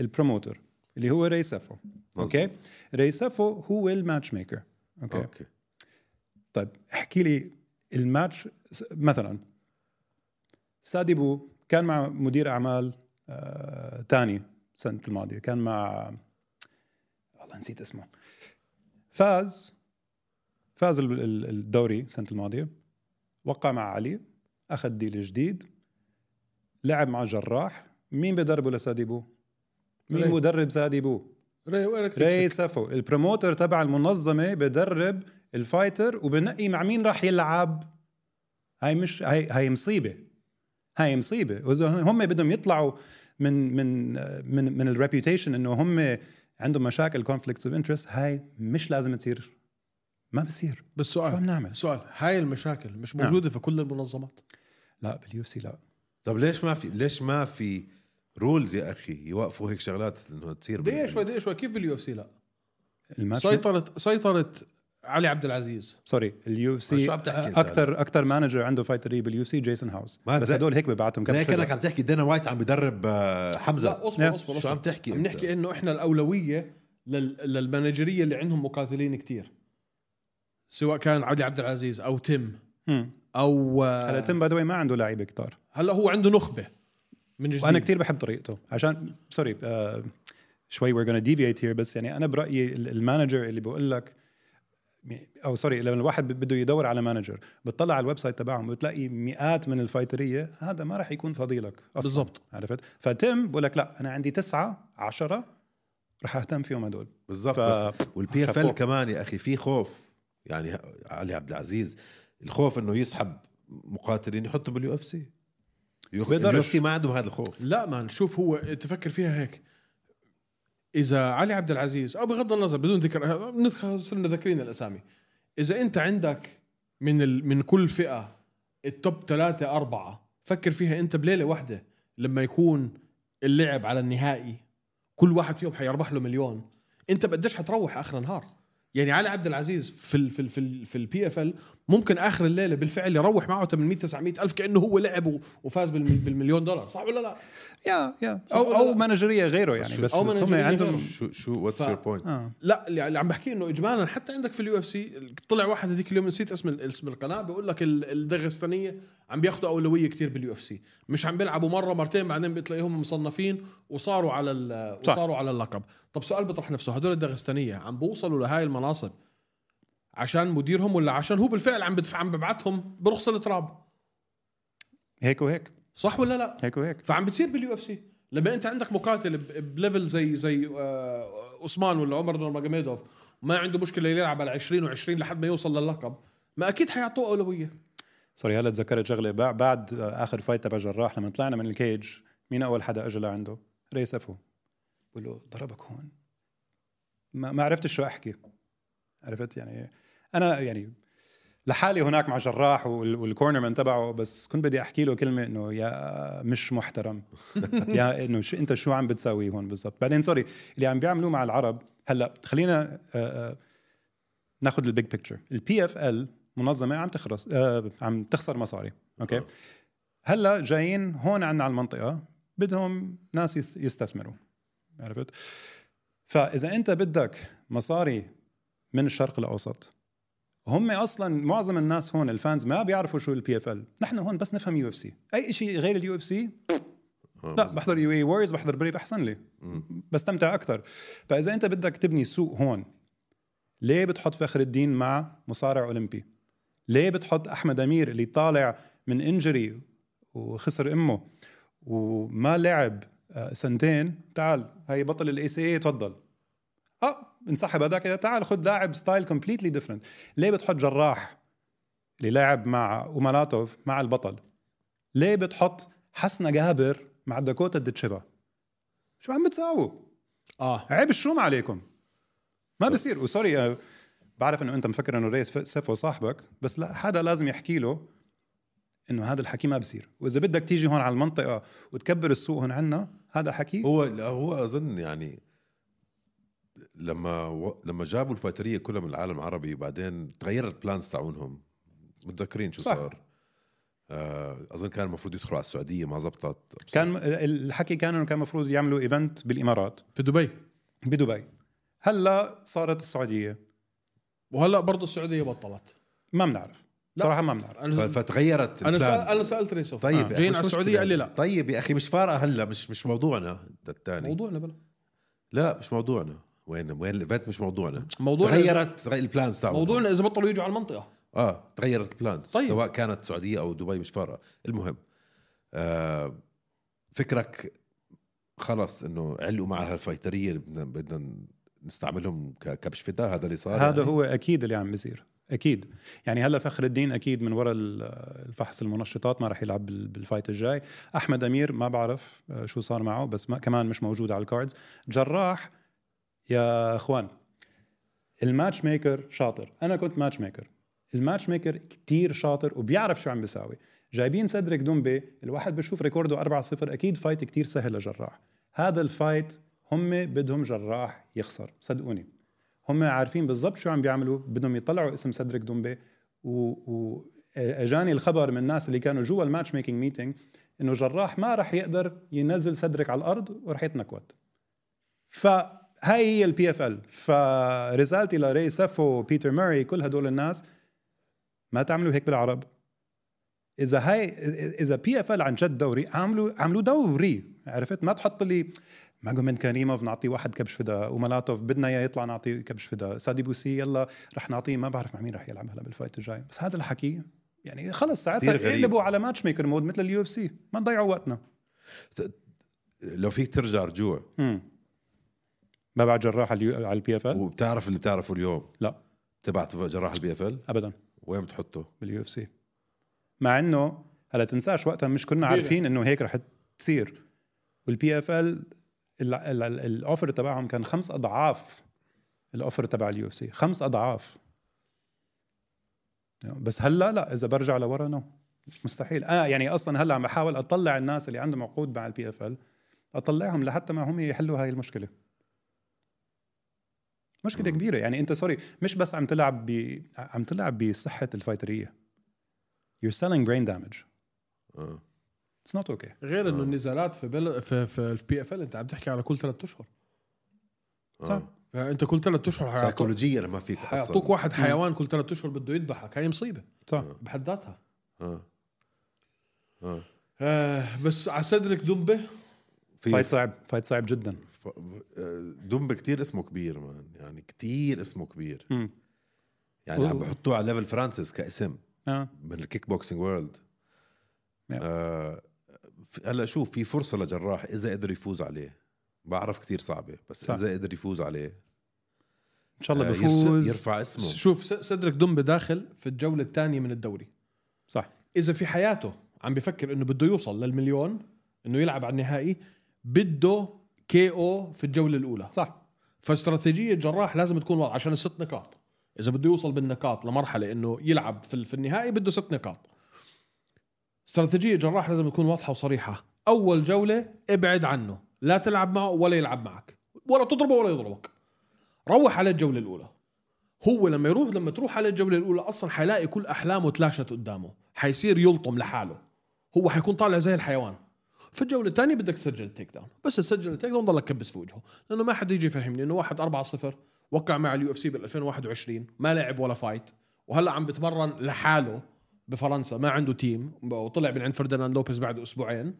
Speaker 3: البروموتر اللي هو ري سافو اوكي ري سافو هو الماتش ميكر اوكي
Speaker 1: اوكي
Speaker 3: طيب احكي لي الماتش مثلا ساديبو كان مع مدير اعمال آه، تاني السنه الماضيه كان مع والله نسيت اسمه فاز فاز ال- ال- الدوري السنه الماضيه وقع مع علي اخذ ديل جديد لعب مع جراح مين بدربه لساديبو؟ مين
Speaker 5: ري.
Speaker 3: مدرب ساديبو؟
Speaker 5: ري وإيريك
Speaker 3: ري
Speaker 5: ري
Speaker 3: سافو البروموتر تبع المنظمه بدرب الفايتر وبنقي مع مين راح يلعب هاي مش هاي هاي مصيبه هاي مصيبه واذا هم بدهم يطلعوا من من من من الريبيوتيشن انه هم عندهم مشاكل كونفليكتس اوف انترست هاي مش لازم تصير ما بصير
Speaker 5: بس
Speaker 3: شو عم
Speaker 5: سؤال
Speaker 3: نعمل
Speaker 5: سؤال هاي المشاكل مش
Speaker 3: نعم.
Speaker 5: موجوده في كل المنظمات
Speaker 3: لا باليو سي لا
Speaker 1: طب ليش ما في ليش ما في رولز يا اخي يوقفوا هيك شغلات انه تصير بال-
Speaker 5: دقيقه شوي دقيقه شوي كيف باليو اف سي لا
Speaker 3: الماتش
Speaker 5: سيطرت سيطرت علي عبد العزيز
Speaker 3: سوري اليو اف
Speaker 1: شو
Speaker 3: سي
Speaker 1: عم تحكي أنت
Speaker 3: اكثر اكثر مانجر عنده فايتري باليو اف سي جيسون هاوس
Speaker 1: ما
Speaker 3: بس
Speaker 1: زي-
Speaker 3: هدول هيك ببعتهم
Speaker 1: زي
Speaker 3: كبش
Speaker 1: كانك عم تحكي دانا وايت عم بدرب آه،
Speaker 5: لا
Speaker 1: حمزه
Speaker 5: اصبر
Speaker 3: نعم.
Speaker 5: اصبر
Speaker 1: شو
Speaker 5: اصبر.
Speaker 1: عم تحكي
Speaker 5: عم
Speaker 1: أنت؟
Speaker 5: نحكي انه احنا الاولويه لل... للمانجريه اللي عندهم مقاتلين كتير سواء كان علي عبد العزيز او تيم
Speaker 3: مم.
Speaker 5: او
Speaker 3: هلا
Speaker 5: هلا,
Speaker 3: تيم باي ذا واي ما عنده لعيبه كتار
Speaker 5: هلأ هو عنده نخبه من جديد
Speaker 3: وانا كتير بحب طريقته عشان سوري آه شوي we're gonna deviate here بس يعني انا برايي ال- المانجر اللي بقول لك او سوري لما الواحد بده يدور على مانجر بتطلع على الويب سايت تبعهم بتلاقي مئات من الفايتريه هذا ما راح يكون فضيلك اصلا
Speaker 5: بالضبط.
Speaker 3: عرفت فتم بقول لك لا انا عندي تسعة عشرة راح اهتم فيهم هدول
Speaker 1: بالضبط
Speaker 3: ف-
Speaker 1: بس والبي اف ال
Speaker 3: شابوه.
Speaker 1: كمان يا اخي في خوف يعني علي عبد العزيز الخوف انه يسحب مقاتلين يحطوا باليو اف سي اليو اف
Speaker 3: بيقدرش.
Speaker 1: سي ما عندهم هذا الخوف
Speaker 5: لا ما شوف هو تفكر فيها هيك اذا علي عبد العزيز او بغض النظر بدون ذكر نذكر صرنا ذاكرين الاسامي اذا انت عندك من ال... من كل فئه التوب ثلاثة أربعة فكر فيها أنت بليلة واحدة لما يكون اللعب على النهائي كل واحد فيهم حيربح له مليون أنت بقديش حتروح آخر النهار يعني علي عبد العزيز في ال في ال في, ال في البي اف ال ممكن آخر الليلة بالفعل يروح معه 800 900 ألف كأنه هو لعب و- وفاز بالم- بالمليون دولار صح ولا لا؟
Speaker 3: يا يا
Speaker 5: صح
Speaker 3: او
Speaker 5: ولا
Speaker 3: او
Speaker 5: لا؟
Speaker 3: مانجريه غيره يعني
Speaker 1: شو-
Speaker 3: بس,
Speaker 5: أو
Speaker 3: بس هم
Speaker 5: مانجرية
Speaker 3: عندهم
Speaker 5: غيره.
Speaker 1: شو شو واتس
Speaker 5: ف-
Speaker 1: يور بوينت
Speaker 3: آه.
Speaker 5: لا اللي اللي عم بحكيه انه اجمالا حتى عندك في اليو اف سي طلع واحد هذيك اليوم نسيت اسم ال- اسم القناه بيقول لك ال- الدغستانيه عم بياخذوا اولويه كتير باليو اف سي مش عم بيلعبوا مره مرتين بعدين بتلاقيهم مصنفين وصاروا على ال-
Speaker 3: صح.
Speaker 5: وصاروا على اللقب طب سؤال بيطرح نفسه هدول الدغستانيه عم بوصلوا لهاي المناصب عشان مديرهم ولا عشان هو بالفعل عم بدفع عم ببعتهم برخص التراب
Speaker 3: هيك وهيك
Speaker 5: صح ولا لا
Speaker 3: هيك وهيك
Speaker 5: فعم بتصير باليو اف سي لما انت عندك مقاتل ب- بليفل زي زي آه، عثمان ولا عمر نورماجميدوف ما عنده مشكله يلعب على 20 و20 لحد ما يوصل للقب ما اكيد حيعطوه اولويه
Speaker 3: سوري هلا تذكرت شغله بع- بعد آه، اخر فايت تبع جراح لما طلعنا من الكيج مين اول حدا اجى لعنده؟ ري سفو بقول له ضربك هون ما, ما عرفت شو احكي عرفت يعني انا يعني لحالي هناك مع جراح وال- والكورنرمان تبعه بس كنت بدي احكي له كلمه انه يا مش محترم يا انه شو انت شو عم بتساوي هون بالضبط بعدين سوري اللي عم بيعملوه مع العرب هلا خلينا آه، آه، ناخذ البيج بيكتشر البي اف ال منظمه عم تخرس آه، عم تخسر مصاري اوكي هلا جايين هون عندنا على المنطقه بدهم ناس يث- يستثمروا عرفت فاذا انت بدك مصاري من الشرق الاوسط هم اصلا معظم الناس هون الفانز ما بيعرفوا شو البي اف ال نحن هون بس نفهم يو اف سي اي شيء غير اليو اف سي لا بحضر يو اي وورز بحضر بريف احسن لي بستمتع اكثر فاذا انت بدك تبني سوق هون ليه بتحط فخر الدين مع مصارع اولمبي ليه بتحط احمد امير اللي طالع من انجري وخسر امه وما لعب آه، سنتين تعال هاي بطل الاي سي اي تفضل اه انسحب هذاك تعال خذ لاعب ستايل كومبليتلي ديفرنت ليه بتحط جراح اللي لاعب مع اومالاتوف مع البطل ليه بتحط حسنة جابر مع داكوتا ديتشيفا شو عم بتساووا
Speaker 5: اه
Speaker 3: عيب الشوم عليكم ما بصير وسوري آه، بعرف انه انت مفكر انه ريس سيفو صاحبك بس لا حدا لازم يحكي له انه هذا الحكي ما بصير واذا بدك تيجي هون على المنطقه وتكبر السوق هون عنا هذا حكي
Speaker 1: هو لا، هو اظن يعني لما و... لما جابوا الفاتريه كلها من العالم العربي وبعدين تغير البلانز تاعونهم متذكرين شو
Speaker 3: صح.
Speaker 1: صح. صار آه، اظن كان المفروض يدخلوا على السعوديه ما زبطت
Speaker 3: كان آه، الحكي كان انه كان المفروض يعملوا ايفنت بالامارات
Speaker 5: في دبي
Speaker 3: بدبي هلا صارت السعوديه
Speaker 5: وهلا برضه السعوديه بطلت
Speaker 3: ما بنعرف
Speaker 5: لا.
Speaker 3: صراحه ما بنعرف
Speaker 1: ف-
Speaker 5: انا
Speaker 1: فتغيرت
Speaker 5: انا
Speaker 1: البلان.
Speaker 5: سأل انا سالت ريسو
Speaker 1: طيب يا
Speaker 5: آه.
Speaker 1: أخي،
Speaker 5: جايين
Speaker 1: مش
Speaker 5: على
Speaker 1: مشكلة.
Speaker 5: السعوديه قال لي لا
Speaker 1: طيب يا اخي مش فارقه هلا مش مش موضوعنا ده الثاني
Speaker 5: موضوعنا بلا
Speaker 1: لا مش موضوعنا وين وين الايفنت مش موضوعنا
Speaker 5: موضوعنا
Speaker 1: تغيرت تغير البلانز تاعهم
Speaker 5: موضوعنا اذا بطلوا يجوا على المنطقه
Speaker 1: اه تغيرت البلانز
Speaker 5: طيب.
Speaker 1: طيب. سواء كانت السعوديه او دبي مش فارقه المهم آه فكرك خلص انه علقوا مع هالفايتريه اللي بدنا بدنا نستعملهم ككبش فتاة هذا اللي صار
Speaker 3: هذا
Speaker 1: يعني.
Speaker 3: هو اكيد اللي عم بيصير اكيد يعني هلا فخر الدين اكيد من وراء ال- الفحص المنشطات ما راح يلعب بال- بالفايت الجاي احمد امير ما بعرف آه، شو صار معه بس ما كمان مش موجود على الكاردز جراح يا اخوان الماتش ميكر شاطر انا كنت ماتش ميكر الماتش ميكر كتير شاطر وبيعرف شو عم بيساوي جايبين سدريك دومبي الواحد بشوف ريكوردو 4-0 اكيد فايت كتير سهل لجراح هذا الفايت هم بدهم جراح يخسر صدقوني هم عارفين بالضبط شو عم بيعملوا بدهم يطلعوا اسم سدريك دومبي و... و... اجاني الخبر من الناس اللي كانوا جوا الماتش ميكينج ميتينج انه جراح ما راح يقدر ينزل سدريك على الارض وراح يتنكوت فهاي هي البي اف ال فرسالتي لري سفو بيتر ماري كل هدول الناس ما تعملوا هيك بالعرب اذا هاي اذا بي اف ال عن جد دوري عملوا عملوا دوري عرفت ما تحط لي ماجومين كريموف نعطيه واحد كبش فدا وملاتوف بدنا اياه يطلع نعطيه كبش فدا سادي بوسي يلا رح نعطيه ما بعرف مع مين رح يلعب هلا بالفايت الجاي بس هذا الحكي يعني خلص
Speaker 1: كتير
Speaker 3: ساعتها
Speaker 1: غريب.
Speaker 3: قلبوا على ماتش ميكر مود مثل اليو اف سي ما نضيعوا وقتنا
Speaker 1: لو فيك ترجع رجوع
Speaker 3: امم ما بعد جراح على اليو- على البي اف ال
Speaker 1: وبتعرف اللي بتعرفه اليوم
Speaker 3: لا
Speaker 1: تبعت جراح البي اف ال
Speaker 3: ابدا
Speaker 1: وين بتحطه؟
Speaker 3: باليو اف سي مع انه هلا تنساش وقتها مش كنا عارفين انه هيك رح تصير والبي اف ال الاوفر تبعهم كان خمس اضعاف الاوفر تبع اليو اف سي خمس اضعاف بس هلا لا اذا برجع لورا نو مستحيل اه يعني اصلا هلا عم بحاول اطلع الناس اللي عندهم عقود مع البي اف ال اطلعهم لحتى ما هم يحلوا هاي المشكله مشكله كبيره يعني انت سوري مش بس عم تلعب ب عم تلعب بصحه الفايتريه you're selling brain damage.
Speaker 1: آه.
Speaker 3: It's not okay.
Speaker 5: غير انه النزالات في بل... في في البي اف ال انت عم تحكي على كل ثلاث اشهر
Speaker 1: Uh.
Speaker 3: صح.
Speaker 5: فانت كل ثلاث اشهر حيعطوك
Speaker 1: سيكولوجيا لما فيك أصلاً.
Speaker 5: حيعطوك واحد حيوان كل ثلاث اشهر بده يذبحك هاي مصيبه
Speaker 3: صح
Speaker 1: Uh.
Speaker 5: بحد ذاتها
Speaker 1: آه.
Speaker 5: آه بس على سدرك دمبه
Speaker 1: في
Speaker 3: فايت صعب فايت صعب جدا
Speaker 1: ف... دمب كتير اسمه كبير مان يعني كتير اسمه كبير
Speaker 3: مم.
Speaker 1: يعني عم بحطوه على ليفل فرانسيس كاسم
Speaker 3: آه.
Speaker 1: من الكيك بوكسينج وورلد
Speaker 3: Yeah.
Speaker 1: آه، في- هلا شوف في فرصه لجراح اذا قدر يفوز عليه بعرف كتير صعبه بس
Speaker 3: صح.
Speaker 1: صح. اذا قدر يفوز عليه
Speaker 3: ان شاء الله
Speaker 1: آه، يرس-
Speaker 3: بيفوز
Speaker 1: يرفع اسمه
Speaker 5: شوف س- سدرك دمبه داخل في الجوله الثانيه من الدوري
Speaker 3: صح
Speaker 5: اذا في حياته عم بفكر انه بده يوصل للمليون انه يلعب على النهائي بده كي او في الجوله الاولى
Speaker 3: صح
Speaker 5: فاستراتيجيه جراح لازم تكون واضحه عشان الست نقاط اذا بده يوصل بالنقاط لمرحله انه يلعب في في النهائي بده ست نقاط استراتيجيه جراح لازم تكون واضحه وصريحه اول جوله ابعد عنه لا تلعب معه ولا يلعب معك ولا تضربه ولا يضربك روح على الجوله الاولى هو لما يروح لما تروح على الجوله الاولى اصلا حيلاقي كل احلامه تلاشت قدامه حيصير يلطم لحاله هو حيكون طالع زي الحيوان في الجوله الثانيه بدك تسجل التيك داون بس تسجل التيك داون ضلك كبس في وجهه لانه ما حد يجي يفهمني انه واحد 4 0 وقع مع اليو اف سي بال 2021 ما لعب ولا فايت وهلا عم بتمرن لحاله بفرنسا ما عنده تيم وطلع من عند فرديناند لوبيز بعد اسبوعين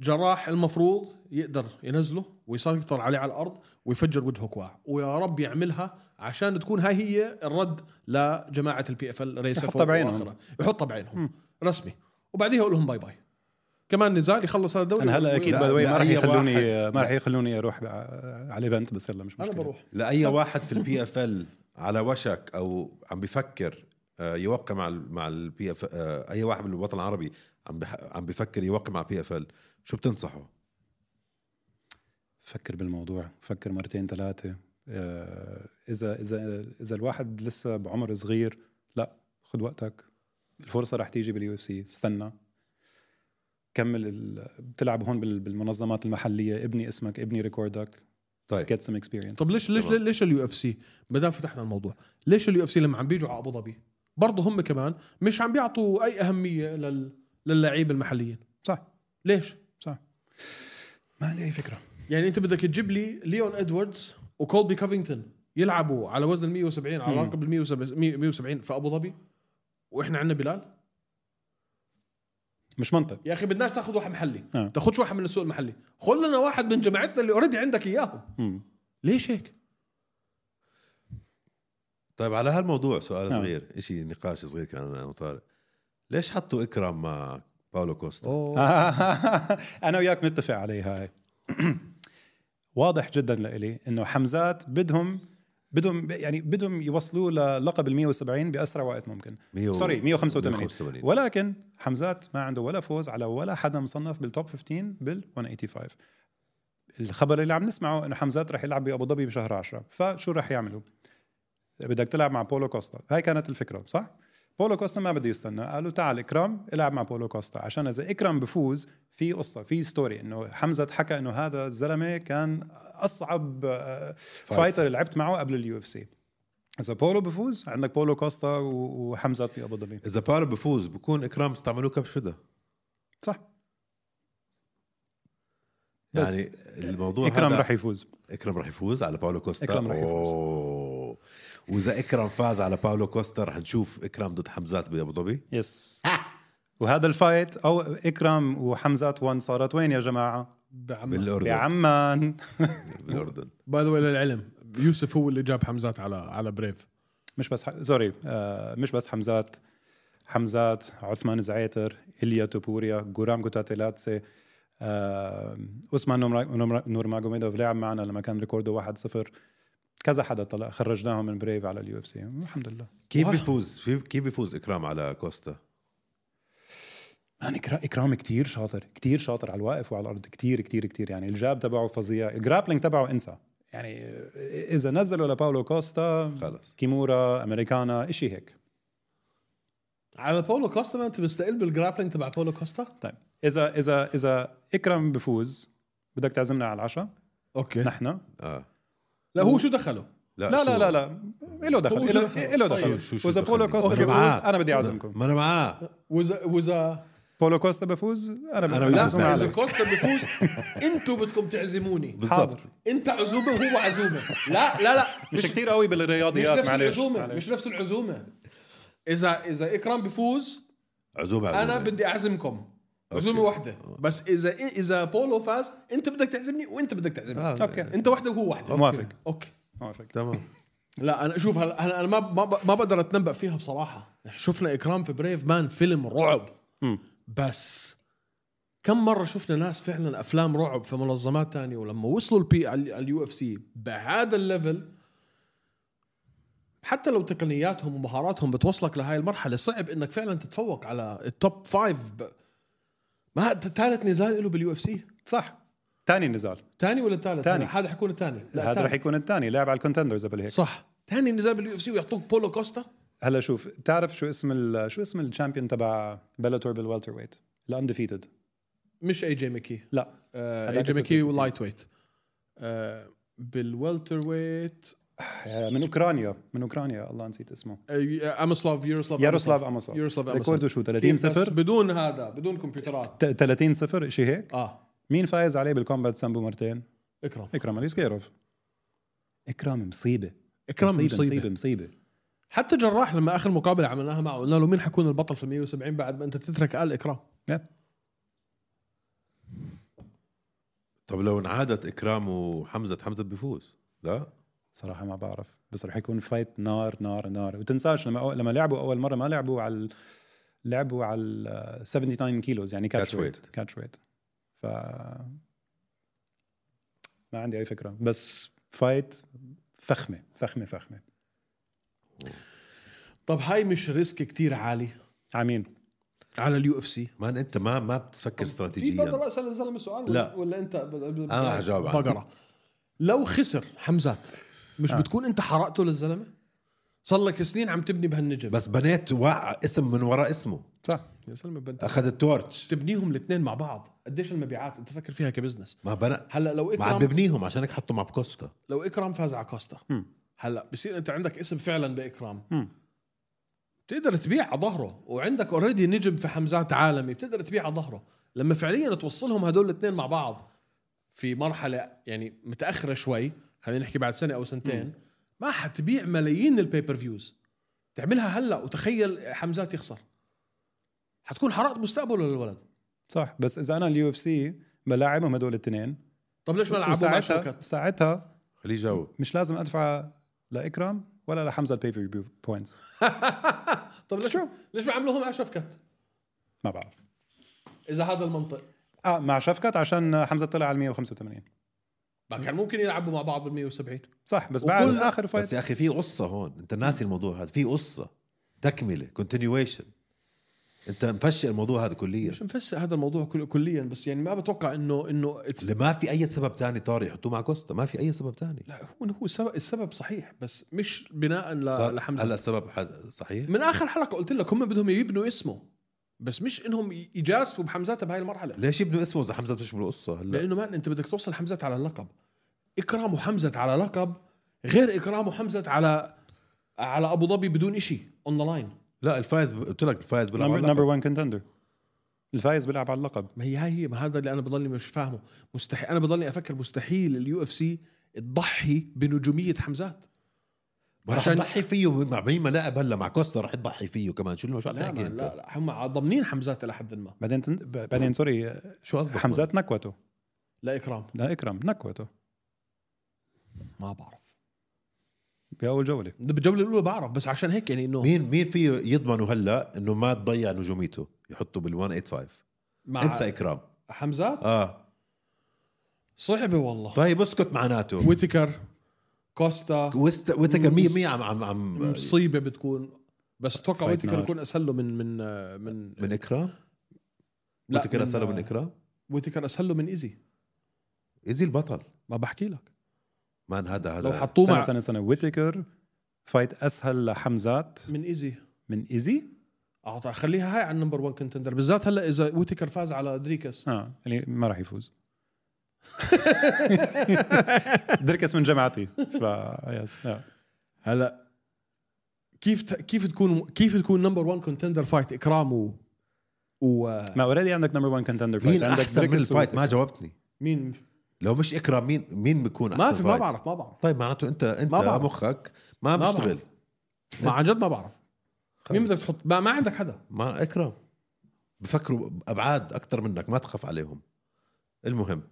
Speaker 5: جراح المفروض يقدر ينزله ويسيطر عليه على الارض ويفجر وجهه كواع ويا رب يعملها عشان تكون هاي هي الرد لجماعه البي اف ال ريس
Speaker 3: يحطها بعينهم.
Speaker 5: يحطها بعينهم رسمي وبعديها اقول لهم باي باي كمان نزال يخلص هذا الدوري
Speaker 3: انا هلا اكيد
Speaker 1: لا،
Speaker 3: باي ما
Speaker 1: لا،
Speaker 3: راح
Speaker 1: أي
Speaker 3: يخلوني
Speaker 1: واحد.
Speaker 3: ما راح يخلوني اروح بع- على ايفنت بس يلا مش
Speaker 5: انا
Speaker 3: مشكله
Speaker 5: بروح
Speaker 1: لاي واحد في البي اف ال على وشك او عم بفكر آه، يوقع مع ال مع البي اف اي واحد بالوطن العربي عم بح- عم بفكر يوقع مع بي اف ال شو بتنصحه؟
Speaker 3: فكر بالموضوع فكر مرتين ثلاثه آه، اذا اذا اذا الواحد لسه بعمر صغير لا خد وقتك الفرصه رح تيجي باليو اف سي استنى كمل ال... بتلعب هون بال- بالمنظمات المحليه ابني اسمك ابني ريكوردك
Speaker 1: طيب
Speaker 3: get some experience
Speaker 5: طب ليش ليش
Speaker 1: تمام.
Speaker 5: ليش اليو اف سي ما دام فتحنا الموضوع ليش اليو اف سي لما عم بيجوا على ابو ظبي برضه هم كمان مش عم بيعطوا اي اهميه لل للاعيب المحليين
Speaker 3: صح
Speaker 5: ليش
Speaker 3: صح ما عندي اي فكره
Speaker 5: يعني انت بدك تجيب لي ليون ادواردز وكولبي كافينغتون يلعبوا على وزن ال 170 على
Speaker 3: مم.
Speaker 5: لقب ال 170 في ابو ظبي واحنا عندنا بلال
Speaker 3: مش منطق
Speaker 5: يا اخي بدناش تاخذ واحد محلي
Speaker 3: آه.
Speaker 5: آه. تاخذش واحد من السوق المحلي خل لنا واحد من جماعتنا اللي اوريدي عندك اياهم
Speaker 3: مم.
Speaker 5: ليش هيك
Speaker 1: طيب على هالموضوع سؤال
Speaker 3: نعم.
Speaker 1: صغير شيء نقاش صغير كان انا وطارق ليش حطوا اكرم مع
Speaker 3: آه.
Speaker 1: باولو كوستا؟
Speaker 5: اوه
Speaker 3: انا وياك متفق عليها هاي واضح جدا لإلي انه حمزات بدهم بدهم يعني بدهم يوصلوا للقب ال 170 باسرع وقت ممكن
Speaker 1: مية و-
Speaker 3: سوري 185
Speaker 1: 185.
Speaker 3: ولكن حمزات ما عنده ولا فوز على ولا حدا مصنف بالتوب 15 بال 185 الخبر اللي عم نسمعه انه حمزات رح يلعب بابو ظبي بشهر 10 فشو رح يعملوا بدك تلعب مع بولو كوستا هاي كانت الفكره صح بولو كوستا ما بده يستنى قالوا تعال اكرام العب مع بولو كوستا عشان اذا اكرام بفوز في قصه في ستوري انه حمزه حكى انه هذا الزلمه كان اصعب آه، فايتر اللي لعبت معه قبل اليو اف سي اذا بولو بفوز عندك بولو كوستا و- وحمزه بابو ظبي
Speaker 1: اذا بارب بفوز بكون اكرام استعملوه كبش فدا
Speaker 3: صح بس
Speaker 1: يعني الموضوع
Speaker 3: اكرام
Speaker 1: هذا
Speaker 3: رح يفوز
Speaker 1: اكرم رح يفوز على باولو كوستا
Speaker 3: إكرم رح يفوز.
Speaker 1: أوه. واذا اكرم فاز على باولو كوستا رح نشوف اكرم ضد حمزات بابو ظبي
Speaker 3: يس وهذا الفايت او اكرام وحمزات 1 صارت وين يا جماعه؟
Speaker 1: بالاردن
Speaker 3: بعمان
Speaker 1: بالاردن
Speaker 5: باي ذا واي للعلم يوسف هو اللي جاب حمزات على على بريف
Speaker 3: مش بس ح... سوري آه مش بس حمزات حمزات عثمان زعيتر إليا توبوريا جورام كوتاتيلاتسي آه عثمان نور ماجوميدوف لعب معنا لما كان ريكوردو 1-0 كذا حدا طلع خرجناهم من بريف على اليو اف سي الحمد لله
Speaker 1: كيف بيفوز كيف- كيف بيفوز اكرام على كوستا
Speaker 3: يعني إكرا- اكرام كتير شاطر كتير شاطر على الواقف وعلى الارض كتير كتير كتير يعني الجاب تبعه فظيع الجرابلينج تبعه انسى يعني اذا نزلوا لباولو كوستا
Speaker 1: خلص
Speaker 3: كيمورا امريكانا اشي هيك
Speaker 5: على بولو كوستا ما انت مستقل بالجرابلينج تبع بولو كوستا
Speaker 3: طيب اذا اذا اذا اكرم بفوز بدك تعزمنا على العشاء
Speaker 5: اوكي
Speaker 3: نحن
Speaker 1: اه
Speaker 5: لا هو شو دخله
Speaker 3: لا لا
Speaker 1: شو-
Speaker 3: لا لا له دخل
Speaker 5: هو شو
Speaker 3: له
Speaker 5: دخل؟
Speaker 3: له
Speaker 1: طيب،
Speaker 3: دخل
Speaker 1: شو- شو
Speaker 3: واذا
Speaker 1: دخل؟
Speaker 3: بولو كوستا
Speaker 1: أوكي،
Speaker 3: بفوز
Speaker 1: معاه.
Speaker 3: انا بدي اعزمكم
Speaker 1: ما انا معاه
Speaker 5: واذا واذا
Speaker 3: بولو كوستا بفوز انا بدي
Speaker 1: أنا بدي
Speaker 5: لا
Speaker 1: أعزمك.
Speaker 5: اذا
Speaker 3: اعزمكم
Speaker 5: كوستا بفوز انتوا بدكم تعزموني
Speaker 1: بالضبط
Speaker 3: حاضر.
Speaker 5: انت عزومه وهو عزومه لا لا لا
Speaker 3: مش كثير قوي
Speaker 5: مش
Speaker 3: بالرياضيات
Speaker 5: نفس
Speaker 3: معلش
Speaker 5: العزومه
Speaker 3: معلش.
Speaker 5: مش نفس العزومه اذا اذا اكرام بفوز
Speaker 1: عزومه عزومه
Speaker 5: انا بدي اعزمكم عزومه
Speaker 1: أوكي.
Speaker 5: واحده بس اذا اذا بولو فاز انت بدك تعزمني وانت بدك تعزمني
Speaker 1: آه.
Speaker 5: آه.
Speaker 3: اوكي
Speaker 5: انت واحده وهو واحده
Speaker 3: موافق
Speaker 5: اوكي
Speaker 3: موافق
Speaker 1: تمام
Speaker 5: لا انا شوف هلا هلا انا ما ما ما بقدر اتنبأ فيها بصراحه شفنا اكرام في بريف مان فيلم رعب
Speaker 3: مم.
Speaker 5: بس كم مره شفنا ناس فعلا افلام رعب في منظمات تانية ولما وصلوا البي على اليو اف سي بهذا الليفل حتى لو تقنياتهم ومهاراتهم بتوصلك لهاي المرحله صعب انك فعلا تتفوق على التوب فايف ب... ما ثالث نزال له باليو اف سي
Speaker 3: صح ثاني نزال
Speaker 5: ثاني ولا ثالث؟
Speaker 3: تاني.
Speaker 5: هذا حيكون الثاني
Speaker 3: هذا رح يكون الثاني لاعب على الكونتندرز قبل هيك
Speaker 5: صح ثاني نزال باليو اف سي ويعطوك بولو كوستا
Speaker 3: هلا شوف تعرف شو اسم ال- شو اسم الشامبيون تبع بلاتور بالوالتر ويت الاندفيتد
Speaker 5: مش اي جي مكي
Speaker 3: لا
Speaker 5: آه،
Speaker 3: هذاك
Speaker 5: اي جي مكي
Speaker 3: 66.
Speaker 5: ولايت ويت آه، بالويلتر ويت
Speaker 3: آه، من اوكرانيا من اوكرانيا الله نسيت اسمه
Speaker 5: آه، امسلاف ياروسلاف
Speaker 3: ياروسلاف أموسوف.
Speaker 5: ياروسلاف
Speaker 3: ريكوردو شو 30
Speaker 5: كيف؟ بس
Speaker 3: 0
Speaker 5: بدون هذا بدون كمبيوترات
Speaker 3: 30 0 شيء هيك
Speaker 5: اه
Speaker 3: مين فايز عليه بالكومبات سامبو مرتين؟
Speaker 5: اكرم
Speaker 3: اكرام اليسكيروف اكرام مصيبه
Speaker 5: اكرم
Speaker 3: مصيبه مصيبه,
Speaker 5: مصيبه
Speaker 3: مصيبة.
Speaker 5: حتى جراح لما اخر مقابله عملناها معه قلنا له مين حيكون البطل في ال 170 بعد ما انت تترك ال اكرام
Speaker 3: يا.
Speaker 1: طب لو انعادت اكرام وحمزه حمزه بيفوز لا
Speaker 3: صراحه ما بعرف بس رح يكون فايت نار نار نار وتنساش لما أول لما لعبوا اول مره ما لعبوا على ال- لعبوا على ال 79 كيلوز يعني
Speaker 1: Catch
Speaker 3: كاتش ويت
Speaker 1: weight.
Speaker 3: كاتش ويت ف ما عندي اي فكره بس فايت فخمه فخمه فخمه
Speaker 5: طب هاي مش ريسك كتير عالي
Speaker 3: عمين
Speaker 5: على اليو اف سي
Speaker 1: مان انت ما ما بتفكر استراتيجيا
Speaker 5: اسال الزلمه سؤال
Speaker 1: لا.
Speaker 5: ولا انت انا
Speaker 1: أنا رح أجاوب عنه.
Speaker 5: بقره لو خسر حمزات مش آه. بتكون انت حرقته للزلمه؟ صار لك سنين عم تبني بهالنجم
Speaker 1: بس بنيت وع اسم من وراء اسمه
Speaker 3: صح
Speaker 5: يا زلمه بنت
Speaker 1: اخذ التورتش
Speaker 5: تبنيهم الاثنين مع بعض قديش المبيعات انت فكر فيها كبزنس
Speaker 1: ما بنا
Speaker 5: هلا لو
Speaker 1: ما عم
Speaker 5: اكرام
Speaker 1: ببنيهم عشان هيك حطوا مع بكوستا
Speaker 5: لو اكرام فاز على كوستا
Speaker 3: مم.
Speaker 5: هلا بصير انت عندك اسم فعلا باكرام
Speaker 3: مم.
Speaker 5: بتقدر تبيع على ظهره وعندك اوريدي نجم في حمزات عالمي بتقدر تبيع على ظهره لما فعليا توصلهم هدول الاثنين مع بعض في مرحله يعني متاخره شوي خلينا نحكي بعد سنه او سنتين ما حتبيع ملايين البيبر فيوز تعملها هلا وتخيل حمزات يخسر حتكون حرقت مستقبله للولد
Speaker 3: صح بس اذا انا اليو اف سي بلاعبهم هدول الاثنين
Speaker 5: طب ليش ما لعبوا مع
Speaker 3: وساعتها
Speaker 5: شوكت
Speaker 3: ساعتها
Speaker 1: خليه يجاوب
Speaker 3: مش لازم ادفع لاكرام ولا لحمزه البي في بوينتس
Speaker 5: طب ليش ليش ما عملوهم مع شوكت
Speaker 3: ما بعرف آه،
Speaker 5: اذا هذا المنطق
Speaker 3: اه مع شفكت عشان حمزه طلع على 185
Speaker 5: ما كان ممكن يلعبوا مع بعض بال 170
Speaker 3: صح بس بعد
Speaker 1: وكل-
Speaker 3: اخر فايت
Speaker 1: بس يا اخي في قصه هون انت ناسي الموضوع هذا في قصه تكمله كونتينيويشن انت مفشل الموضوع هذا كليا
Speaker 5: مش مفسر هذا الموضوع كل- كليا بس يعني ما بتوقع انه انه it's-
Speaker 1: اللي ما في اي سبب تاني طاري يحطوه مع كوستا ما في اي سبب تاني
Speaker 5: لا هو هو السبب, السبب صحيح بس مش بناء
Speaker 1: صار-
Speaker 5: ل- لحمزه
Speaker 1: هلا السبب حد- صحيح
Speaker 5: من اخر حلقه قلت لك هم بدهم يبنوا اسمه بس مش انهم ي- يجازفوا بحمزات بهاي المرحله
Speaker 1: ليش يبنوا اسمه اذا حمزه مش بالقصه هلا
Speaker 5: لانه مان انت بدك توصل حمزات على اللقب اكرام وحمزه على لقب غير اكرام وحمزه على على ابو ظبي بدون إشي اون ذا لاين
Speaker 1: لا الفايز ب- قلت لك الفايز بيلعب على
Speaker 3: نمبر
Speaker 1: اللقب.
Speaker 3: 1 كونتندر الفايز بيلعب على اللقب
Speaker 5: ما هي هاي هي ما هذا اللي انا بضلني مش فاهمه مستحيل انا بضلني افكر مستحيل اليو اف سي تضحي بنجوميه حمزات
Speaker 1: ما رح
Speaker 5: عشان-
Speaker 1: تضحي فيه مع مين ما لعب هلا مع كوستا رح تضحي فيه كمان شو اللي- شو عم
Speaker 5: لا
Speaker 1: تحكي
Speaker 5: ما
Speaker 1: انت
Speaker 5: لا, لا هم ضامنين حمزات الى حد ما
Speaker 3: بعدين تن... بعدين سوري
Speaker 1: شو قصدك
Speaker 3: حمزات نكوته
Speaker 5: لا اكرام
Speaker 3: لا اكرم نكوته
Speaker 5: ما بعرف
Speaker 3: باول جوله
Speaker 5: بالجوله الاولى بعرف بس عشان هيك يعني انه
Speaker 1: مين مين فيه يضمنوا هلا انه ما تضيع نجوميته يحطه بال 185
Speaker 5: مع
Speaker 1: انسى اكرام
Speaker 5: حمزات
Speaker 1: اه
Speaker 5: صعبه والله
Speaker 1: طيب اسكت معناته
Speaker 5: ويتكر كوستا
Speaker 1: وست... وتكر 100 100 عم عم عم
Speaker 5: مصيبه بتكون بس اتوقع
Speaker 3: فايت
Speaker 5: ويتكر
Speaker 3: نار.
Speaker 5: يكون اسهل له من من آه، من
Speaker 1: من اكرام؟
Speaker 5: لا،
Speaker 1: وتكر
Speaker 5: من-
Speaker 1: اسهل من اكرام؟
Speaker 5: ويتكر اسهل له من ايزي
Speaker 1: ايزي البطل
Speaker 5: ما بحكي لك
Speaker 1: مان هذا هذا
Speaker 5: لو حطوه
Speaker 3: سنه
Speaker 5: مع
Speaker 3: سنه سنه ويتكر فايت اسهل لحمزات
Speaker 5: من ايزي
Speaker 3: من ايزي
Speaker 5: اعطى خليها هاي على النمبر 1 كونتندر بالذات هلا اذا ويتكر فاز على دريكس
Speaker 3: اه اللي ما راح يفوز دركس من جامعتي ف يس آه.
Speaker 5: هلا كيف ت... كيف تكون كيف تكون نمبر 1 كونتندر فايت اكرام و آه، ومين
Speaker 3: ما اوريدي عندك نمبر 1 كونتندر
Speaker 1: مين احسن من الفايت ما جاوبتني لو مش اكرام مين مين بيكون احسن
Speaker 5: ما في ما
Speaker 1: فايت؟
Speaker 5: بعرف ما بعرف
Speaker 1: طيب معناته انت انت
Speaker 5: ما بعرف.
Speaker 1: مخك ما
Speaker 5: ما
Speaker 1: بيشتغل
Speaker 5: ما عن جد ما بعرف مين
Speaker 1: خلص.
Speaker 5: بدك تحط ما, ما عندك حدا
Speaker 1: ما اكرام بفكروا بابعاد اكثر منك ما تخاف عليهم المهم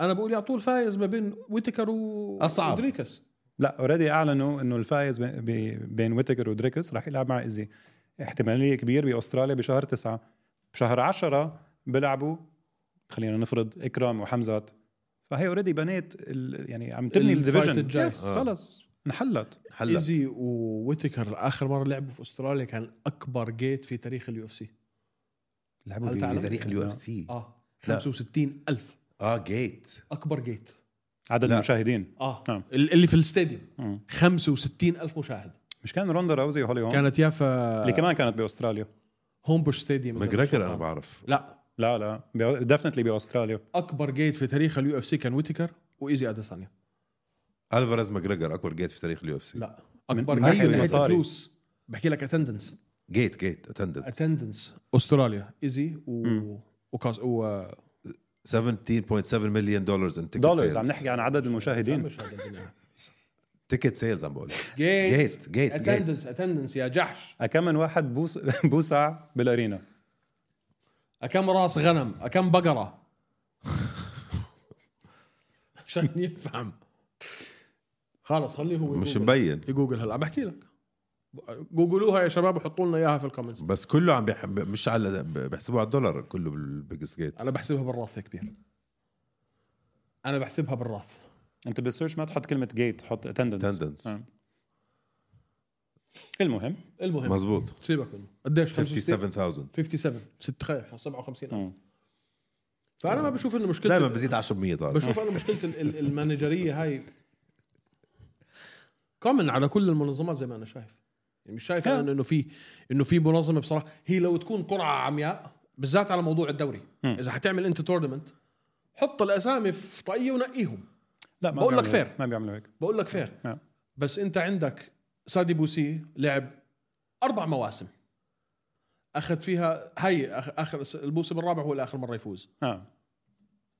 Speaker 5: انا بقول يا طول فايز ما بين ويتكر و
Speaker 1: أصعب.
Speaker 5: ودريكس
Speaker 3: لا اوريدي اعلنوا انه الفايز بي- بي- بين ويتكر ودريكس راح يلعب مع ايزي احتماليه كبير باستراليا بشهر تسعة بشهر عشرة بيلعبوا خلينا نفرض اكرام وحمزات فهي اوريدي بنيت ال- يعني عم تبني
Speaker 5: الفايت
Speaker 3: الديفيجن
Speaker 5: الجاي.
Speaker 1: آه.
Speaker 3: يس خلص انحلت
Speaker 1: هلا
Speaker 5: ايزي وويتكر اخر مره لعبوا في استراليا كان اكبر جيت في تاريخ اليو اف سي
Speaker 3: لعبوا
Speaker 5: هل تعلم؟
Speaker 1: بتاريخ اليو اف سي
Speaker 3: آه.
Speaker 5: اه
Speaker 1: لا.
Speaker 5: 65 ألف
Speaker 1: اه جيت
Speaker 5: اكبر جيت
Speaker 3: عدد
Speaker 1: لا.
Speaker 3: المشاهدين
Speaker 5: اه
Speaker 3: نعم.
Speaker 5: ال- اللي في الاستاديوم
Speaker 1: نعم.
Speaker 3: مم.
Speaker 5: 65 ألف مشاهد
Speaker 3: مش كان روندا راوزي وهولي هون
Speaker 5: كانت يافا
Speaker 3: اللي كمان كانت باستراليا
Speaker 5: هومبوش ستاديوم إذا مش
Speaker 1: ماجريجر انا
Speaker 5: غلطان.
Speaker 1: بعرف
Speaker 5: لا
Speaker 3: لا لا ديفنتلي باستراليا
Speaker 5: اكبر جيت في تاريخ اليو اف سي كان ويتكر وايزي اديسانيا
Speaker 1: الفاريز ماجريجر اكبر جيت في تاريخ اليو اف سي
Speaker 5: لا
Speaker 3: من-
Speaker 5: اكبر
Speaker 3: من
Speaker 5: جيت
Speaker 3: ناحية
Speaker 5: من ناحيه
Speaker 3: المصاري.
Speaker 5: فلوس بحكي لك اتندنس
Speaker 1: جيت جيت اتندنس 17.7
Speaker 5: اتندنس استراليا ايزي و
Speaker 3: مم.
Speaker 5: وكاز و
Speaker 1: مليون دولار ان تيكت
Speaker 3: دولارز عم نحكي عن عدد المشاهدين
Speaker 1: تيكت سيلز عم بقول
Speaker 5: جيت
Speaker 1: جيت جيت جيت
Speaker 5: اتندنس اتندنس يا جحش
Speaker 3: كم من واحد بوس بوسع بالارينا
Speaker 5: اكم راس غنم اكم بقره عشان يفهم خلص خليه هو
Speaker 1: مش
Speaker 5: يجوجل.
Speaker 1: مبين
Speaker 5: يجوجل هلا بحكي لك جوجلوها يا شباب وحطوا لنا اياها في الكومنتس
Speaker 1: بس كله عم بيح... مش على بيحسبوه على الدولار كله بالبيجست جيت
Speaker 5: انا بحسبها بالراث يا كبير انا بحسبها بالراث
Speaker 3: انت بالسيرش ما تحط كلمه جيت حط اتندنس
Speaker 1: Attendance.
Speaker 3: المهم
Speaker 5: المهم
Speaker 1: مزبوط
Speaker 5: سيبك منه قديش 57
Speaker 1: 57000
Speaker 5: 57 6 خير 57
Speaker 3: مم.
Speaker 5: فانا ما بشوف انه مشكله
Speaker 1: دائما بزيد 10% طارق
Speaker 5: بشوف انا مشكله ال- ال- المانجريه هاي كومن على كل المنظمات زي ما انا شايف يعني مش شايف
Speaker 3: آه.
Speaker 5: انا انه في انه في منظمه بصراحه هي لو تكون قرعه عمياء بالذات على موضوع الدوري
Speaker 3: مم.
Speaker 5: اذا حتعمل انت تورنمنت حط الاسامي في طاقيه ونقيهم
Speaker 3: لا ما
Speaker 5: بقول لك
Speaker 3: بيعملوا هيك.
Speaker 5: fair.
Speaker 3: ما بيعملوا هيك
Speaker 5: بقول لك فير
Speaker 3: نعم.
Speaker 5: بس انت عندك سادي بوسي لعب اربع مواسم اخذ فيها هاي آخ- اخر س- الموسم الرابع هو اللي اخر مره يفوز
Speaker 3: اه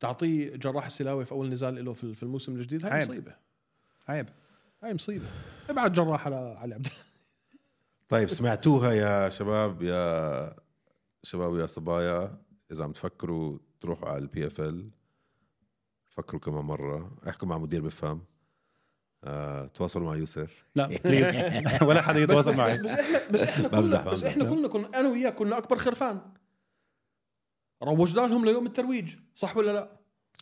Speaker 5: تعطيه جراح السلاوي في اول نزال له في في الموسم الجديد هاي
Speaker 3: عيب.
Speaker 5: مصيبه
Speaker 3: عيب
Speaker 5: هاي مصيبه ابعد جراح على علي عبد الله
Speaker 1: طيب سمعتوها يا شباب يا شباب يا صبايا اذا عم تفكروا تروحوا على البي اف ال فكروا كمان مره احكوا مع مدير بفهم آه، تواصلوا مع يوسف
Speaker 3: لا بليز ولا حدا يتواصل معي
Speaker 5: بس احنا بس احنا
Speaker 1: بمزح،
Speaker 5: كلنا بس
Speaker 1: بمزح.
Speaker 5: احنا كلنا كنا انا وياك كنا اكبر خرفان روجنا لهم ليوم الترويج صح ولا لا؟